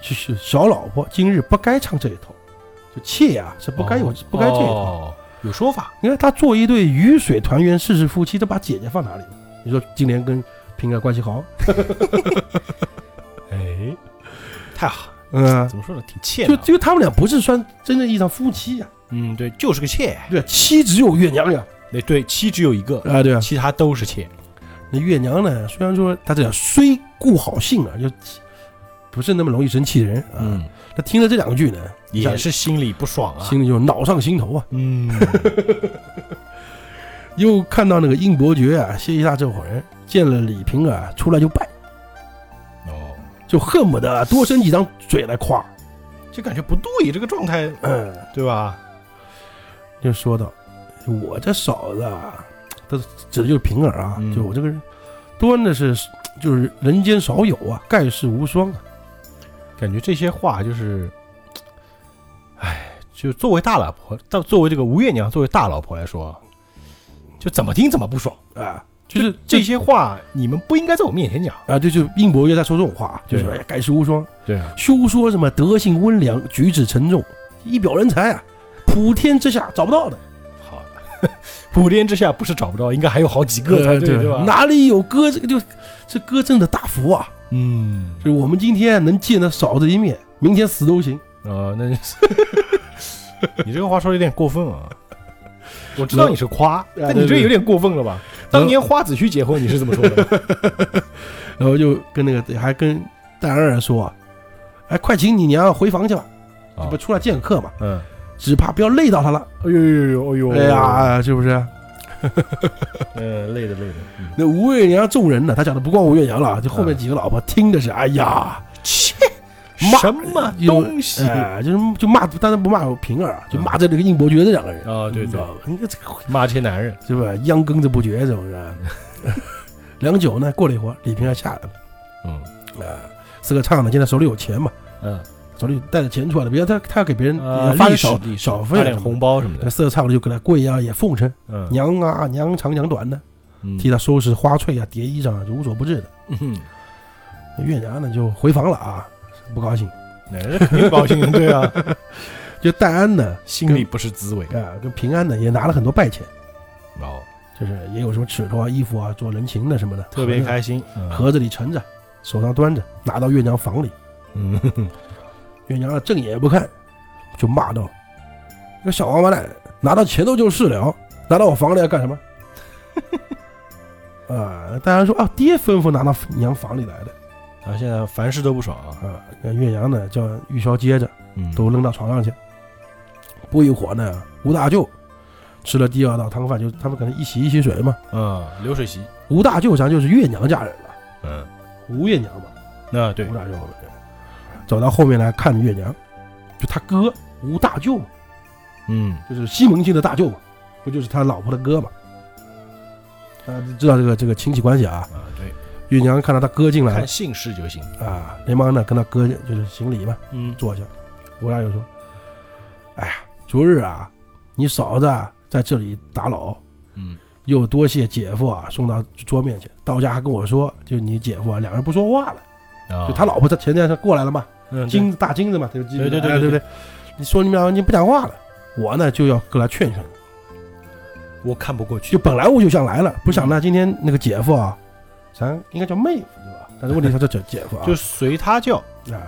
B: 就是小老婆今日不该唱这一套，就妾啊是不该有、不该这一套。
A: 哦，有说法。
B: 你看他做一对鱼水团圆世世夫妻，这把姐姐放哪里了？你说金莲跟平儿关系好，
A: 哎，太好，
B: 嗯、
A: 怎么说呢，挺欠
B: 就
A: 的啊。
B: 就他们俩不是算真正意义上夫妻呀、
A: 嗯，对，就是个妾。
B: 对，啊妻只有月娘呀，
A: 那对妻只有一个，
B: 啊对啊，
A: 其他都是妾。
B: 那月娘呢，虽然说她这样虽顾好性啊，就不是那么容易生气人啊，
A: 嗯，
B: 她听了这两句呢，
A: 也是心里不爽啊。
B: 心里就恼上心头啊。
A: 嗯，
B: 又看到那个应伯爵啊，谢希大这伙人见了李瓶儿啊，出来就拜，
A: 哦，
B: 就恨不得多伸几张嘴来夸。
A: 就感觉不对，这个状态，
B: 嗯，
A: 对吧？
B: 就说道：“哎我这嫂子啊，他指的就是瓶儿啊，
A: 嗯
B: 就我这个人，端的是就是人间少有啊，盖世无双啊。
A: 感觉这些话就是，哎，就作为大老婆，到作为这个吴月娘，作为大老婆来说，就怎么听怎么不爽。
B: 啊，就
A: 就是是这些话，你们不应该在我面前讲。
B: 啊，就就应伯爵在说这种话，就是
A: 对
B: 哎呀盖世无双，
A: 对啊，
B: 休说什么德性温良，举止沉重，一表人才啊，普天之下找不到的。”
A: 好， 普天之下不是找不到，应该还有好几个才对，对吧？
B: 呃哪里有哥这个就这哥真的大福啊！
A: 嗯，
B: 就是我们今天能见的嫂子一面，明天死都行。
A: 啊，那 你这个话说的有点过分啊。我知道你是夸，
B: 对
A: 但你这有点过分了吧？当年花子虚结婚，你是这么说的吗？
B: 然后就跟那个还跟戴安然说啊：“哎，快请你娘回房去吧，
A: 啊
B: 这不出来见客嘛，
A: 嗯，
B: 只怕不要累到她了。
A: 哎呦呦呦呦，
B: 哎，呀，是不是？
A: 嗯，累的累的，嗯
B: 那吴月娘众人呢，他讲的不光吴月娘了，就后面几个老婆听的是，哎呀，
A: 切，
B: 骂
A: 什么东西
B: 哎、就是就骂，当然不骂平儿啊，就骂这这个宁伯爵这两个人，
A: 啊？对
B: 你知
A: 对，
B: 道吧？你这个
A: 骂这些男人，
B: 是吧？秧耕着不绝，是不是？ 良久呢，过了一会儿，李平儿下来了，
A: 嗯
B: 四个唱呢，现在手里有钱嘛，
A: 嗯，
B: 手里带着钱出来了，别他他要给别人
A: 啊
B: 发
A: 历
B: 点
A: 史
B: 小
A: 历史
B: 小费
A: 发
B: 啊什
A: 点
B: 么的
A: 红。包什么
B: 那
A: 的，
B: 四个唱的就给他跪啊，也奉承，
A: 嗯
B: 娘啊娘长娘短的，
A: 嗯
B: 替他收拾花翠啊、叠衣裳啊，就无所不至的。
A: 嗯，
B: 月娘呢就回房了啊，不高兴。
A: 男人肯定高兴，对 啊，
B: 就戴安呢
A: 心里不是滋味。
B: 啊，跟平安呢也拿了很多拜钱，
A: 哦，
B: 就是也有什么指头啊、衣服啊做人情的什么的，
A: 特别
B: 盒子
A: 开心，
B: 盒子里盛着，手上端着，拿到月娘房里。
A: 嗯， 嗯
B: 月娘啊正眼也不看，就骂道：“这个小王八蛋，拿到钱头就是了，拿到我房里要干什么？”啊，戴安说：“啊，爹吩咐拿到娘房里来的。
A: 然啊后现在凡事都不爽啊，”
B: 啊，那月娘呢叫玉箫接着。
A: 嗯，
B: 都扔到床上去。不一会儿呢，吴大舅吃了第二道汤饭，就他们可能一洗一洗水嘛。
A: 嗯，流水席，
B: 吴大舅咱就是岳娘家人了，
A: 嗯，
B: 吴月娘嘛，
A: 那对
B: 吴，大舅走到后面来看岳娘，就他哥吴大舅嘛，
A: 嗯，
B: 就是西门庆的大舅嘛，不就是他老婆的哥嘛？大家知道这个这个亲戚关系啊。
A: 啊对，
B: 岳娘看到他哥进来
A: 看
B: 了
A: 姓氏就行，
B: 啊，连忙呢跟他哥就是行礼嘛。
A: 嗯，
B: 坐下。吴大舅说：“哎呀，昨日啊，你嫂子啊在这里打扰，
A: 嗯，
B: 又多谢姐夫啊送到桌面去。到家还跟我说，就你姐夫啊，两人不说话了。
A: 啊，
B: 就他老婆在前天他过来了嘛，
A: 嗯对
B: 金子大金子嘛，对不对？
A: 对对对
B: 哎
A: 对
B: 对不对？你说你们俩你不讲话了，我呢就要过来劝劝你。
A: 我看不过去
B: 就，本来我就想来了，
A: 嗯
B: 不想呢，今天那个姐夫啊，咱应该叫妹夫对吧？但是问题他叫姐姐夫啊，
A: 就随他叫，
B: 啊，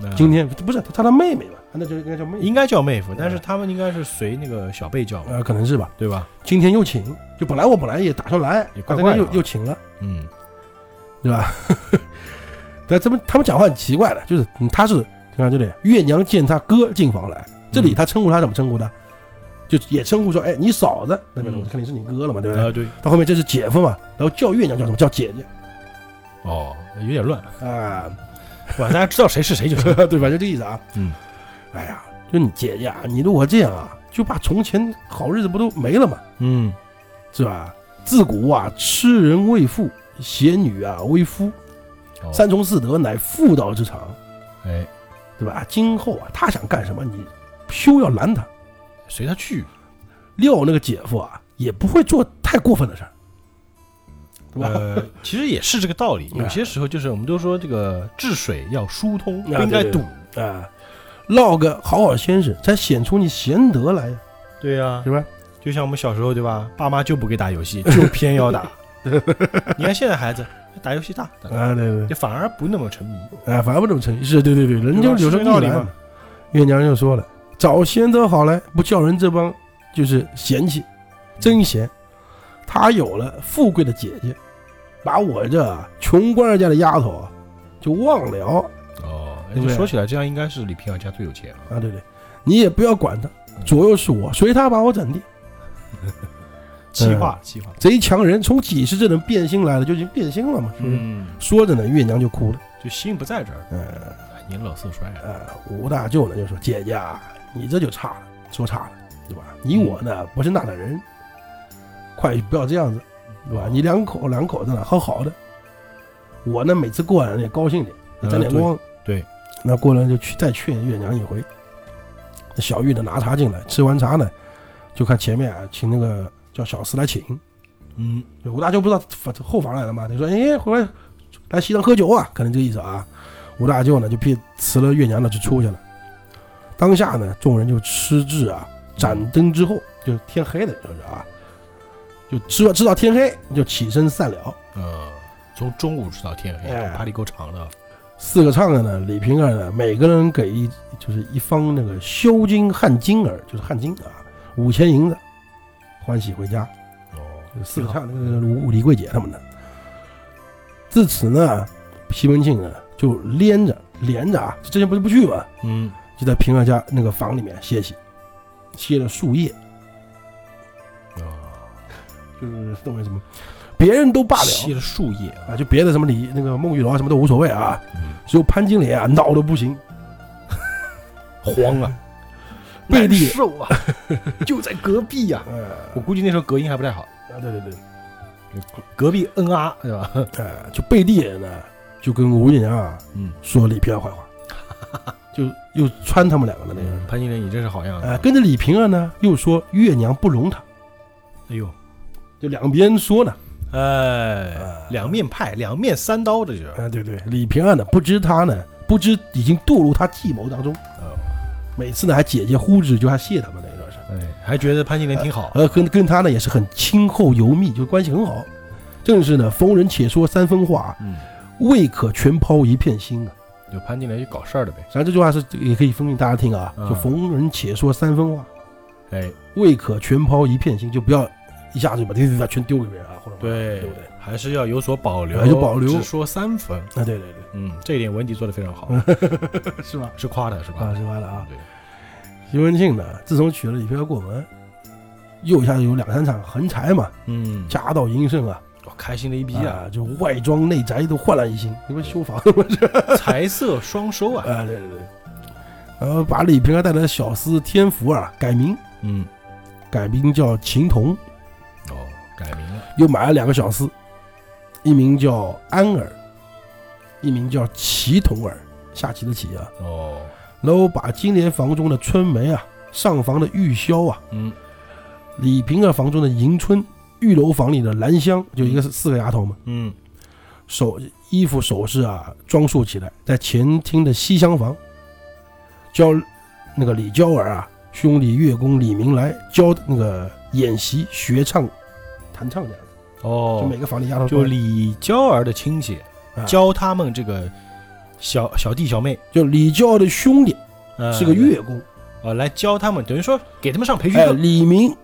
A: 那
B: 今天不是他他妹妹嘛，那就应该叫妹夫
A: 应该叫妹夫，但是他们应该是随那个小辈叫嘛，
B: 呃，可能是吧。”
A: 对吧？
B: 今天又请，就本来我本来也打算来
A: 也，怪
B: 但
A: 怪
B: 今
A: 的
B: 天又
A: 啊
B: 又请了，
A: 嗯，
B: 对吧？但他们他们讲话很奇怪的，就是嗯他是你看这里，月娘见他哥进房来，
A: 嗯
B: 这里他称呼他怎么称呼他？就也称呼说，哎，你嫂子，那边
A: 嗯
B: 肯定是你哥了嘛，对不对？
A: 啊对，
B: 到后面这是姐夫嘛，然后叫月娘叫什么？叫姐姐
A: 哦，有点乱，
B: 啊，
A: 哇，大家知道 谁是谁就行，
B: 对，反正这个意思啊。
A: 嗯，
B: 哎呀，就你姐姐啊，你如果这样啊，就把从前好日子不都没了嘛，
A: 嗯，
B: 是吧？自古啊，吃人为父，携女啊为夫。
A: 哦
B: 三，从四德乃妇道之长，
A: 哎，
B: 对吧？今后啊，他想干什么，你休要拦他。
A: 随他去，
B: 廖那个姐夫啊，也不会做太过分的事儿，对 吧？
A: 呃，其实也是这个道理。
B: 哎
A: 有些时候就是我们都说这个治水要疏通，不
B: 啊
A: 应该
B: 对对
A: 堵。
B: 啊、落个好好先生，才显出你贤德来呀，
A: 对呀，
B: 是吧？
A: 就像我们小时候对吧？爸妈就不给打游戏， 就偏要打。你看现在孩子打游戏大，打
B: 啊，对对，
A: 就反而不那么沉迷。
B: 啊，反正不怎么诚意，是对对对，人
A: 对
B: 就
A: 吧
B: 有
A: 是这
B: 时候
A: 个
B: 道
A: 道理
B: 理嘛
A: 嘛。
B: 月娘就说了：“找贤德好来，不叫人这帮就是嫌弃，真闲。他有了富贵的姐姐，把我这啊穷官人家的丫头啊，就忘了
A: 哦，
B: 对不
A: 你
B: 对
A: 说起来，这样应该是李平遥家最有钱了。
B: 啊，对对，你也不要管他，左右是我，随他把我怎地。
A: 气话，气话。
B: 贼强人从几十这能变心来了，就已经变心了嘛，是不是？
A: 嗯，
B: 说着呢，月娘就哭了。
A: 就心不在这儿，
B: 嗯、
A: 哎年老色衰了。
B: 呃，吴大舅呢就说：“姐姐，啊，你这就差了，说差了，对吧？你我呢不是那等人，快不要这样子，对
A: 啊
B: 吧？你两口两口子呢好好的，我呢每次过来呢也高兴点，也沾点光。
A: 呃对对
B: 那过来就去再劝月娘一回。那小玉呢拿茶进来，吃完茶呢，就看前面啊请那个叫小厮来请，
A: 嗯，
B: 吴大舅不知道反后房来了嘛，他说：“哎，回来来西藏喝酒啊，可能这意思啊。”吴大舅呢就别辞了月娘呢，就出去了。当下呢，众人就吃至啊，盏灯之后，就天黑了，就是啊，就知知道天黑，就起身散了。
A: 呃，从中午吃到天黑，
B: 哎
A: 哪里够长的？
B: 四个唱的呢，李瓶儿呢，每个人给一就是一方那个修金汗金儿，就是汗金啊，五千银子，欢喜回家。
A: 哦，
B: 四个唱那个吴李桂姐他们的。自此呢，西门庆啊就连着连着啊，之前不是不去嘛，
A: 嗯，
B: 就在平儿家那个房里面歇息，歇了数夜，
A: 哦，
B: 就是认为什么，别人都罢
A: 吸
B: 了
A: 了树叶啊。
B: 啊，就别的什么李那个孟玉楼啊什么都无所谓啊，
A: 嗯
B: 最后潘金莲啊闹得不行，
A: 慌啊，
B: 背地
A: 难受 啊，就在隔壁呀、
B: 呃，
A: 我估计那时候隔音还不太好，
B: 啊对对对，
A: 隔壁恩啊，对吧？
B: 呃，就背地里呢就跟无影啊
A: 嗯
B: 说李瓶儿坏话， 就又穿他们两个的
A: 嗯
B: 那个，
A: 潘金莲，你真是好样子！啊
B: 呃，跟着李瓶儿呢又说月娘不容他，
A: 哎呦，
B: 就两边说呢，
A: 哎，两面派，两面三刀，这就是。
B: 啊、对对，李瓶儿呢不知他呢不知已经堕入他计谋当中，啊
A: 哦
B: 每次呢还姐姐呼之就还谢他们那一段是。
A: 哎，还觉得潘金莲挺好。
B: 呃，跟跟他呢也是很亲厚尤密，就关系很好。正是呢，逢人且说三分话，
A: 嗯，
B: 未可全抛一片心啊。
A: 就潘金莲就搞事儿的呗。
B: 咱这句话是也可以分给大家听啊，就
A: 嗯
B: 逢人且说三分话，
A: 哎，
B: 未可全抛一片心，就不要一下子就把这句话全丢给别人啊，或者
A: 对
B: 对不对？
A: 还是要有所保留，
B: 哎有保留
A: 只说三分。
B: 啊，对对 对，
A: 嗯，这一点文迪做的非常好，
B: 是吧？
A: 是夸的是吧
B: 啊，？说完了嗯啊。
A: 对，
B: 徐文庆呢，自从娶了李瓶儿过门，又一下子有两三场横财嘛，
A: 嗯，
B: 家道inn盛啊，
A: 我开心的一逼啊，
B: 啊，就外庄内宅都焕然一新，因为修房
A: 财色双收啊。
B: 啊，对对对，然后把李瓶儿带来的小厮天福啊改名，
A: 嗯，
B: 改名叫秦童，
A: 哦，改名了。
B: 又买了两个小厮，一名叫安儿，一名叫齐童儿，下棋的棋啊。
A: 哦，
B: 然后把金莲房中的春梅啊，上房的玉箫啊，
A: 嗯，
B: 李瓶儿房中的迎春，玉楼房里的兰香，就一个是四个丫头嘛，
A: 嗯，
B: 手衣服首饰啊装束起来，在前厅的西厢房，教那个李娇儿啊，兄弟乐工李明来教那个演习学唱、弹唱这样子，就
A: 哦
B: 每，个房里丫头
A: 就李娇儿的亲戚
B: 啊
A: 教他们这个小小弟小妹
B: 就李娇儿的兄弟
A: 呃
B: 是个乐工，
A: 呃来教他们，等于说给他们上培训
B: 哎，
A: 课，
B: 李明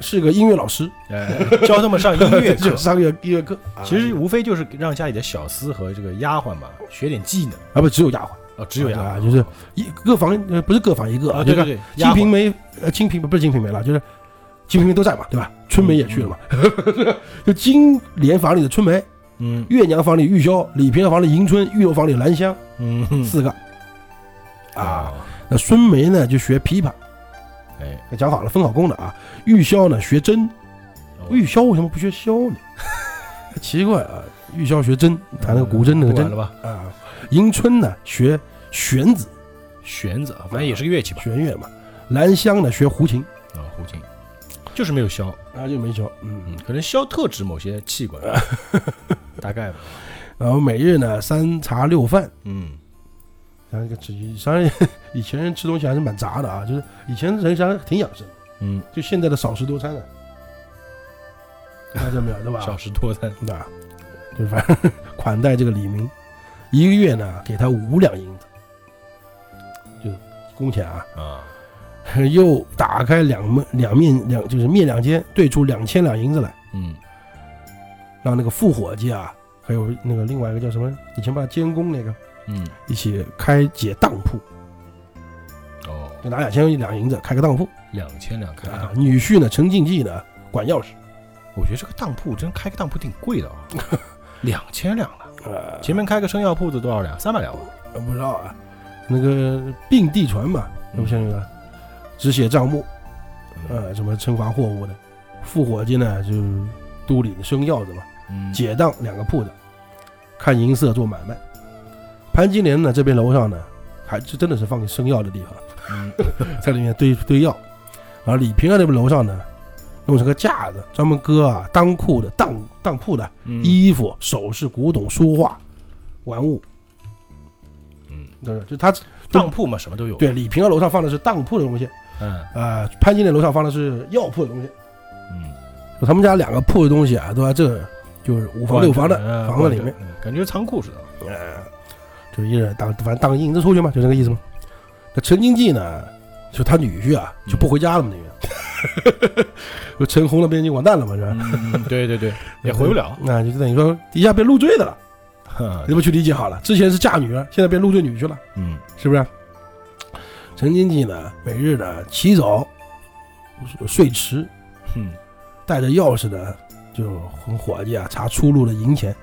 B: 是个音乐 老师，
A: 哎教他们上音乐
B: 就
A: 课
B: 是。上个音乐课，啊
A: 其实无非就是让家里的小厮和这个丫鬟嘛学点技能
B: 啊不只有丫鬟，
A: 哦，只有丫
B: 啊
A: 鬟
B: 就是一各房呃不是各房一个
A: 啊，对对
B: 就是
A: 对，
B: 金
A: 丫鬟
B: 瓶梅呃金瓶不是金瓶梅了，就是金瓶梅都在嘛，对吧？春梅也去了嘛， 就金莲房里的春梅，
A: 嗯
B: 月娘房里玉箫，李瓶儿房里迎春，玉楼房里兰香，
A: 嗯嗯
B: 四个。啊，，那孙梅呢就学琵琶，
A: 哎，
B: 讲好了分好工的啊。玉箫呢学筝，玉箫为什么不学箫呢？ 奇怪啊，玉箫学筝，弹那个古筝那个
A: 不管
B: 筝
A: 嗯了吧？
B: 啊。迎春呢学弦子，
A: 弦子啊，反正也是个乐器吧，
B: 弦乐嘛。兰香呢学胡琴，
A: 啊，胡琴，就是没有箫，
B: 啊就没箫，嗯
A: 嗯，可能箫特指某些器 官，大概吧，
B: 然后每日呢三茶六饭，
A: 嗯，
B: 然后这个吃，当然以前人吃东西还是蛮杂的啊，就是以前人家挺养生的，
A: 嗯，
B: 就现在的少食多餐啊，看到没有，对吧
A: 小？时多餐，
B: 那就反正款待这个李明，一个月呢给他五两银子，就工钱啊，
A: 啊，
B: 又打开两面两面两就是面两间，兑出两千两银子来，
A: 嗯，
B: 让那个副伙计啊，还有那个另外一个叫什么，以前把他监工那个
A: 嗯，
B: 一起开解当铺，
A: 哦，
B: 就拿两千两银子开个当铺。
A: 两千两开个
B: 嗯啊
A: 当，，
B: 女婿呢，陈静济呢，管钥匙。
A: 我觉得这个当铺真开个当铺挺贵的 啊，两千两了，
B: 呃，
A: 前面开个生药铺子多少两？三百两吧，
B: 不知道啊，那个并蒂传嘛，那不相信啊，只写账目，
A: 嗯
B: 呃，什么称罚货物的。副伙计呢，就是督理生要的嘛，
A: 嗯，
B: 解当两个铺子，看银色做买卖。潘金莲呢，这边楼上呢，还这真的是放给生药的地方，
A: 嗯
B: 在里面堆堆药。而李瓶儿那边楼上呢，弄成个架子，专门搁啊当铺的当当铺的
A: 嗯
B: 衣服、首饰、古董、书画、玩物，
A: 嗯，
B: 对，就他
A: 当铺嘛，什么都有，
B: 对李瓶儿楼上放的是当铺的东西，
A: 嗯
B: 啊，潘金莲楼上放的是药铺的东西，
A: 嗯，
B: 就他们家两个铺的东西啊，都在这就是五房六房的
A: 嗯
B: 房子里面，
A: 嗯感觉仓库似的，
B: 呃，就一人当反正当银子出去嘛，就那个意思嘛。那陈经济呢，就他女婿啊就
A: 嗯
B: 不回家了嘛，那边， 就陈红那边就完蛋了嘛，是吧？
A: 嗯，对对对， 也回不了，
B: 那就等于说一下变入赘的了，
A: 哈
B: 你这么去理解好了。之前是嫁女儿，现在变入赘女婿了。
A: 嗯
B: 是不是？陈经济呢，每日呢起早睡迟，
A: 嗯，
B: 带着钥匙呢，就和伙计啊查出入的银钱，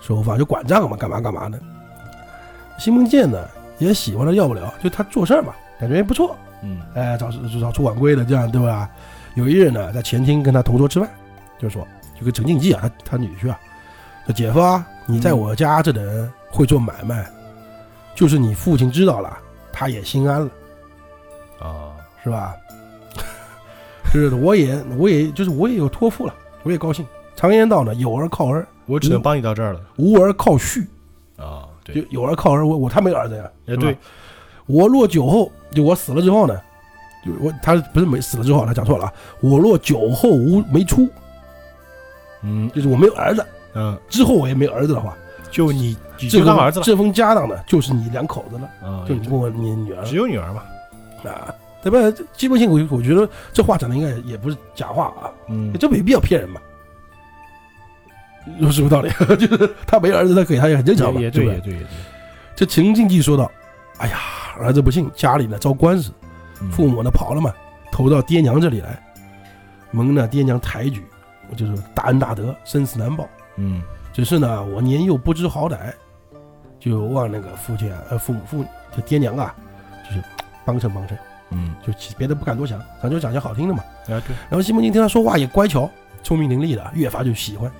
B: 收发就管账嘛，干嘛干嘛的。西门健呢也喜欢他，要不了，就他做事儿嘛，感觉也不错，
A: 嗯
B: 哎，早出早出晚归的，这样对吧？有一日呢，在前厅跟他同桌吃饭，就说就跟陈静记啊，他他女婿啊，说姐夫啊，你在我家这的人会做买卖，就是你父亲知道了，他也心安了，
A: 啊，
B: 是吧？ 就是的我也我也就是我也有托付了，我也高兴。常言道呢，有儿靠儿，
A: 我只能帮你到这儿了
B: 无儿靠婿。
A: 啊。
B: 嗯就
A: 对，
B: 有儿靠儿，我我他没有儿子呀，
A: 哎
B: 是吧
A: 对，
B: 我若酒后，就我死了之后呢，就我他不是没死了之后，他讲错了啊。我若酒后无没出，
A: 嗯
B: 就是我没有儿子，
A: 嗯，
B: 之后我也没有儿子的话，
A: 就你你就
B: 这份
A: 当儿子了
B: 这份家当呢，就是你两口子了，
A: 啊，
B: 就你跟我你女儿
A: 只有女儿嘛。
B: 啊，对吧？基本性我我觉得这话讲的应该也不是假话啊，
A: 嗯
B: 这没必要骗人嘛。有什么道理？ 就是他没儿子，他给他也很正常嘛，
A: 也也对
B: 对不
A: 也对也对，
B: 这秦敬济说道：“哎呀，儿子不幸，家里呢遭官司，
A: 嗯
B: 父母呢跑了嘛，投到爹娘这里来，蒙呢爹娘抬举，就是大恩大德，生死难报。
A: 嗯
B: 只是呢，我年幼不知好歹，就望那个父亲啊，呃，父母父就爹娘啊，就是帮衬帮衬，
A: 嗯，
B: 就其别的不敢多想，咱就讲些好听的嘛。
A: 啊 对，
B: 然后西门庆听他说话也乖巧，聪明伶俐的，越发就喜欢。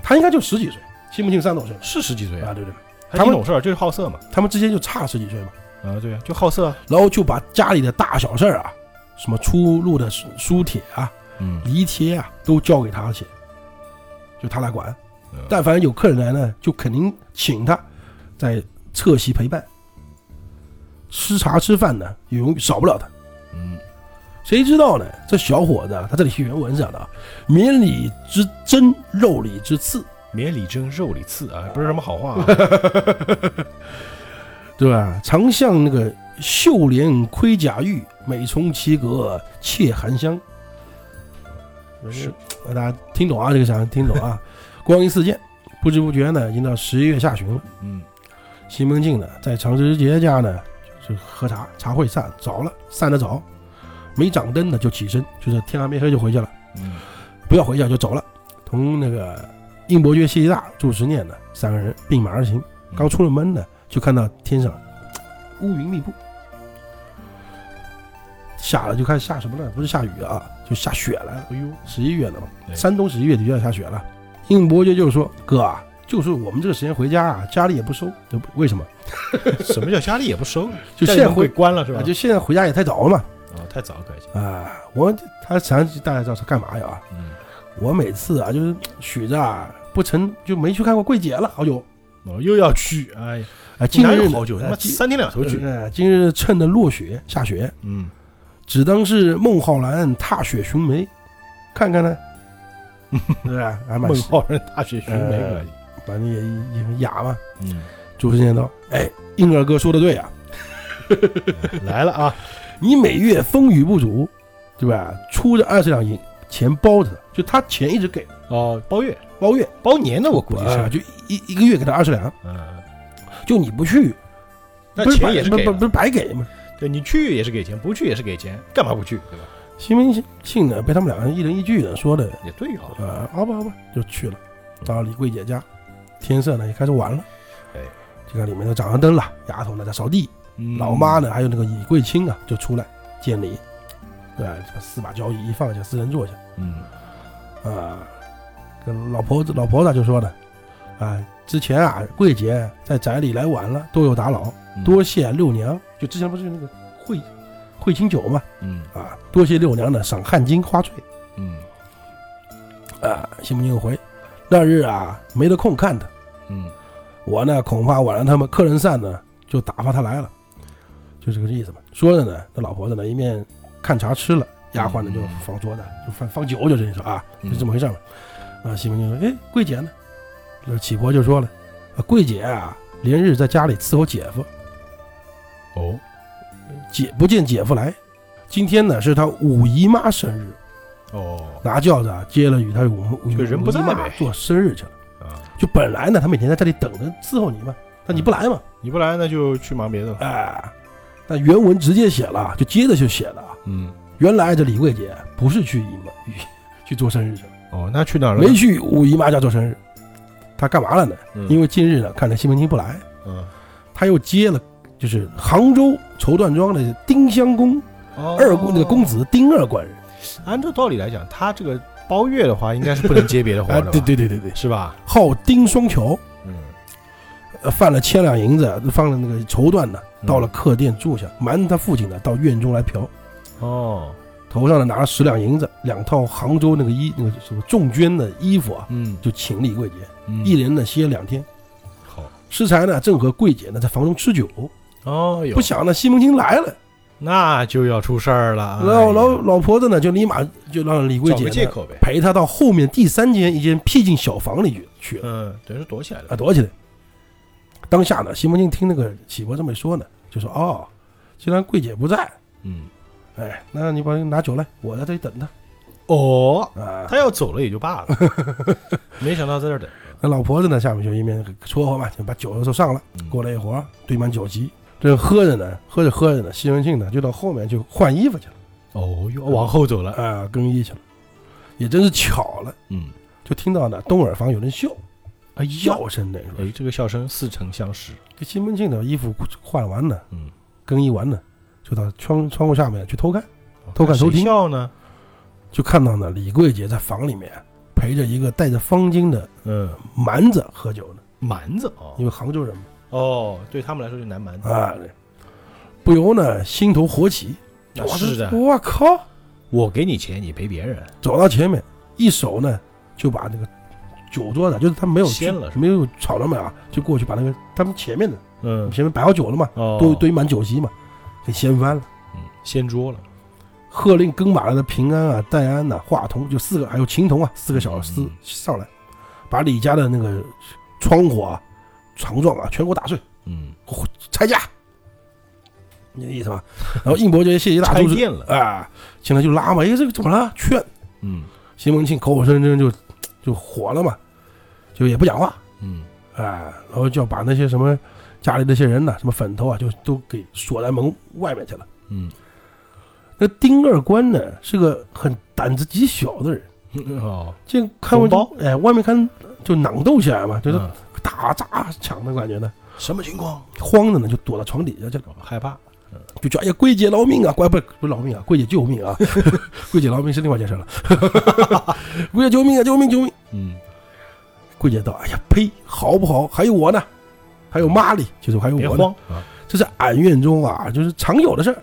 B: 他应该就十几岁，西门庆三十多岁
A: 是十几岁
B: 啊，
A: 啊，
B: 对对，
A: 还
B: 他
A: 挺
B: 们
A: 懂事儿，就是好色嘛。
B: 他们之间就差了十几岁嘛。”
A: 啊对啊，就好色啊。
B: 然后就把家里的大小事儿啊，什么出入的书书帖啊、
A: 嗯，
B: 离帖啊，都交给他写，就他来管。
A: 嗯
B: 但凡有客人来呢，就肯定请他在侧席陪伴，吃茶吃饭呢，也永少不了他。
A: 嗯
B: 谁知道呢？这小伙子啊，他这里是原文讲的啊，绵里之针，肉里之刺，
A: 绵里蒸，肉里刺
B: 哎
A: 啊，不是什么好 话啊。
B: 对吧？常向那个绣帘盔甲玉，每从其格窃含香。
A: 是，
B: 大家听懂啊？这个想听懂啊？光阴似箭，不知不觉呢，已经到十一月下旬了。
A: 嗯
B: 西门庆呢，在常之杰家呢，就喝茶，茶会散早了，散得早，没掌灯呢就起身，就是天还没黑就回去了，
A: 嗯
B: 不要回家就走了。同那个应伯爵、谢希大、祝时念呢，三个人并马而行。刚出了门呢，就看到天上乌云密布，下了就开始下什么了？不是下雨啊，就下雪来了。哎呦，十一月了嘛，
A: 对
B: 山东十一月底就要下雪了。应伯爵就说：“哥啊，就是我们这个时间回家啊，家里也不收，就不为什么？
A: 什么叫家里也不收，
B: 就
A: 家
B: 现
A: 里
B: 在
A: 门
B: 回
A: 给关了是吧
B: 啊，？就现在回家也太早了嘛。
A: 啊，太早了，可惜。
B: 啊，我他想起大家知道他干嘛呀？啊，
A: 嗯，
B: 我每次啊，就是许着啊，不成就没去看过桂姐了，好久。
A: 我哦又要去，哎呀，
B: 啊，今
A: 哪
B: 日
A: 有
B: 呢
A: 好久，他妈
B: 啊今
A: 三天两头去。
B: 呃，今日趁着落雪下雪，
A: 嗯，
B: 只当是孟浩然踏雪寻梅，看 看呢，对吧？还蛮
A: 孟浩然大雪寻梅，可惜。
B: 反正也也很雅嘛。
A: 嗯，
B: 主持人道：“哎，英儿哥说的对啊，
A: 来了啊，
B: 你每月风雨不足，对吧？出这二十两银钱包着他，就他钱一直给
A: 哦，包月
B: 包月，
A: 包年的，我估计
B: 啊，
A: 是。
B: 就一一一个月给他二十两，
A: 嗯，
B: 就你不去，
A: 那
B: 不是
A: 钱
B: 白
A: 也是
B: 不
A: 给
B: 不
A: 了
B: 不是白给吗？
A: 对你去也是给钱，不去也是给钱，干嘛不去？对吧？
B: 西门庆呢，被他们两个人一人一句的说的
A: 也对啊。
B: 啊，好吧好吧，就去了，到李桂姐家，天色呢也开始晚了，
A: 哎，
B: 就看里面都掌上灯了，丫头呢在扫地，
A: 嗯
B: 老妈呢还有那个李桂清啊就出来见礼，对吧，把四把交椅一放下，四人坐下
A: 嗯，
B: 啊，跟老婆子老婆子就说呢，啊，之前啊桂姐在宅里来晚了，多有打扰，
A: 嗯
B: 多谢六娘，就之前不是有那个会会清酒嘛，
A: 嗯
B: 啊，多谢六娘呢赏汗巾花醉。
A: 嗯
B: 啊，西门庆回，那日啊没得空看他，
A: 嗯
B: 我呢恐怕晚上他们客人散呢，就打发他来了，就这个意思嘛。说着呢，那老婆子呢一面看茶吃了，丫鬟呢就放桌子，就放放酒，就这意思啊，
A: 嗯
B: 就这么回事嘛。啊，西门庆说：“哎，桂姐呢？”那启伯就说了：“啊，桂姐啊，连日在家里伺候姐夫，
A: 哦，
B: 姐不见姐夫来。今天呢是她五姨妈生日，
A: 哦
B: 拿轿子啊接了与她五五
A: 就人不在
B: 五姨妈
A: 呗
B: 做生日去了。”
A: 啊，嗯
B: 就本来呢，他每天在这里等着伺候你嘛，但你不来嘛，
A: 你不来那就去忙别的了。
B: 哎，但原文直接写了，就接着就写了啊，
A: 嗯，
B: 原来这李桂姐不是去姨妈去去做生日去了，
A: 哦，那去哪儿了？
B: 没去五姨妈家做生日，她干嘛了呢？
A: 嗯，
B: 因为近日呢，看见西门庆不来，
A: 嗯
B: 他又接了，就是杭州绸缎庄的丁香公二公那个公
A: 子，
B: 子丁二官人。
A: 哦按照道理来讲，他这个包月的话，应该是不能接别的活
B: 哎
A: 的，
B: 对，对对对对，
A: 是吧？
B: 号丁双桥，
A: 嗯，
B: 呃，犯了千两银子，放了那个绸缎呢，
A: 嗯
B: 到了客店住下，瞒着他父亲呢，到院中来嫖，
A: 哦，
B: 头上呢拿了十两银子，两套杭州那个衣那个什么重绢的衣服啊，
A: 嗯，
B: 就请李桂姐，
A: 嗯
B: 一连呢歇两天。
A: 好，
B: 适才呢正和桂姐呢在房中吃酒，
A: 哦哟
B: 不，想呢西门庆来了，
A: 那就要出事儿了。哎
B: 老老老婆子呢就立马就让李桂
A: 找
B: 姐
A: 个借
B: 呢
A: 口呗，
B: 陪他到后面第三间一间僻静小房里去去了
A: 嗯，等于是躲起来了
B: 啊，。躲起来。当下呢，西门庆听那个启伯这么一说呢，就说哦，既然桂姐不在，
A: 嗯，
B: 哎，那你把拿酒来，我在这里等她
A: 哦，
B: 啊。
A: 他要走了也就罢了， 没想到在这儿等。
B: 那老婆子呢，下面就一面撮合嘛，就把酒都上了。
A: 嗯
B: 过了一会儿，堆满酒席，这喝着呢，喝着喝着呢，西门庆呢就到后面去换衣服去了
A: 哦哟，往后走了。
B: 啊，更衣去了。也真是巧了，
A: 嗯，
B: 就听到呢东耳房有人笑，
A: 哎呀，
B: 笑声那时候。
A: 哎，这个笑声似曾相识。
B: 这西门庆的衣服换完呢，
A: 嗯，
B: 更衣完呢，就到窗窗户下面去偷看，偷看偷听
A: 哦谁笑呢？
B: 就看到呢李桂姐在房里面陪着一个戴着方巾的
A: 嗯，
B: 蛮子喝酒呢，
A: 蛮子哦
B: 因为杭州人嘛。
A: 哦，对他们来说就南蛮子。
B: 啊，不由呢心头火起，
A: 那
B: 哇
A: 啊是
B: 这
A: 的，
B: 我靠！
A: 我给你钱，你赔别人。
B: 走到前面，一手呢就把那个酒桌子，就是他没有去
A: 掀了是吧
B: 没有吵他们啊，就过去把那个他们前面的
A: 嗯，
B: 前面摆好酒了嘛，
A: 哦，
B: 都堆满酒席嘛，给掀翻了。
A: 嗯，掀桌了。
B: 喝令跟马来的平安啊、戴安呐、华童就四个，还有秦童啊，四个小厮
A: 嗯
B: 上来，把李家的那个窗户啊、床状啊全给我打碎，
A: 嗯，
B: 拆家，你的意思吧？然后应伯爵、谢谢大
A: 拆
B: 都是
A: 店了。
B: 啊，进来就拉嘛，哎，这个怎么了？劝
A: 嗯
B: 西门庆口口声声就就火了嘛，就也不讲话
A: 嗯，
B: 啊，然后就要把那些什么家里那些人呐、什么粉头啊，就都给锁在门外面去了。
A: 嗯，
B: 那丁二官呢是个很胆子极小的人，
A: 哦，
B: 见看我
A: 怂
B: 就哎，外面看就囊斗起来嘛，就是
A: 嗯
B: 打砸抢的感觉呢，
A: 什么情况？
B: 慌的呢就躲到床底下去了，
A: 哦害怕。
B: 就叫哎呀，桂姐饶命啊，乖不不是饶命啊，桂姐救命啊， 桂姐饶命是另外一件事了， 桂姐救命啊，救命救命！
A: 嗯，
B: 桂姐道：“哎呀，呸，好不好？还有我呢，还有妈哩，就是还有
A: 别
B: 我呢。
A: 慌啊。
B: 这是俺院中啊，就是常有的事儿，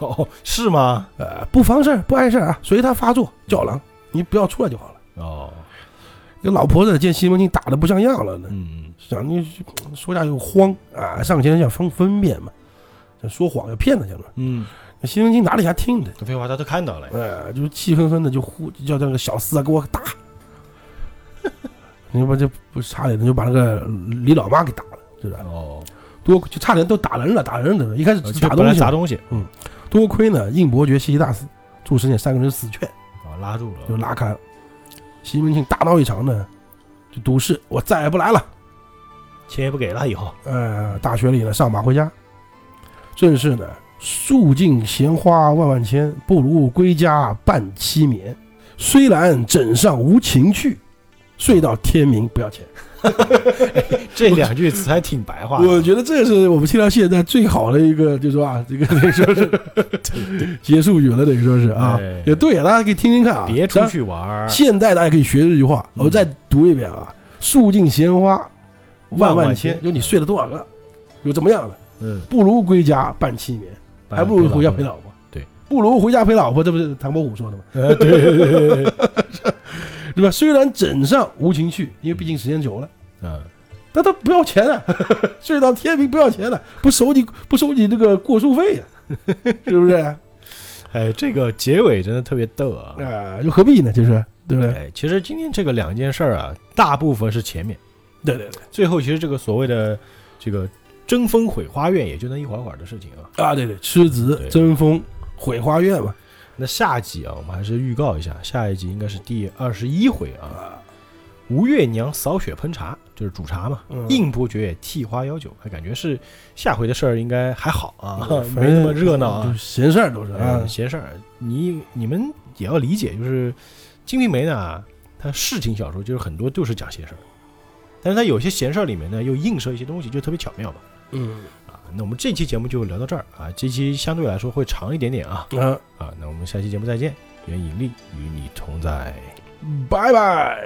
A: 哦，是吗？
B: 呃，不妨事儿，不碍事儿啊，随他发作。叫郎，你不要出来就好了。
A: 哦，
B: 这老婆子见西门庆打的不像样了呢，
A: 嗯
B: 想你说下又慌啊，上前想分分辨嘛，想说谎要骗他去了。
A: 嗯，
B: 西门庆哪里还听的？
A: 这废话他都看到了。
B: 呃，就气哼哼的就呼就叫那个小厮啊给我打， 你把这不差点就把那个李老妈给打了，是吧？
A: 哦，
B: 多就差点都打人了，打人了，一开始
A: 呃
B: 只
A: 就
B: 打
A: 本
B: 东
A: 来
B: 西，
A: 砸东西，
B: 多亏呢应伯爵、谢希大师、祝神也三个人死劝，
A: 啊，拉住了，
B: 就拉开了。西门庆大闹一场呢，就赌誓我再也不来了。
A: 钱也不给了，以后
B: 呃，大学里呢上马回家，正是呢数尽闲花万万千，不如归家伴妻眠。虽然枕上无情趣，睡到天明不要钱。
A: 这两句词还挺白 话的。
B: 我觉得这是我们听到现在最好的一个，就说啊， 这个等于说是结束语了，等于说是啊
A: 哎，
B: 也对啊，大家可以听听看啊。
A: 别出去玩
B: 当然。
A: 儿，
B: 现代大家可以学这句话，
A: 嗯
B: 我再读一遍啊：树尽闲花万
A: 万
B: 万
A: 千
B: 千，就你睡了多少个，有怎么样的？
A: 嗯，
B: 不如归家伴七年，还不如回家陪
A: 老
B: 老婆。
A: 对，
B: 不如回家陪老婆，这不是唐伯虎说的吗？
A: 婆。呃对对对对对，
B: 对吧？虽然枕上无情趣，因为毕竟时间久了。
A: 嗯，
B: 但他不要钱啊， 睡到天明不要钱了、不收你不收你这个过宿费呀、啊 是不是？啊、
A: 哎，这个结尾真的特别逗啊。
B: 又何必呢？就是对不对？
A: 哎，其实今天这个两件事儿啊，大部分是前面，
B: 对对对，
A: 最后其实这个所谓的这个争锋毁花院，也就那一会儿会儿的事情啊。
B: 啊对对，狮子
A: 对
B: 争锋毁花院嘛，
A: 那下集啊，我们还是预告一下，下一集应该是第二十一回啊，
B: 啊，
A: 吴月娘扫雪烹茶，就是煮茶嘛。
B: 嗯
A: 应伯爵也替花邀酒，哎还感觉是下回的事儿应该还好啊
B: 对，
A: 没那么热闹
B: 就
A: 啊
B: 是。闲事儿都是啊
A: 嗯，，闲事儿，你你们也要理解，就是《金瓶梅》呢，它市情小说就是很多就是讲闲事儿，但是它有些闲事儿里面呢又映射一些东西，就特别巧妙嘛。
B: 嗯
A: 啊。那我们这期节目就聊到这儿啊，这期相对来说会长一点点啊
B: 啊，
A: 啊。那我们下期节目再见，愿引力与你同在。
B: 拜拜。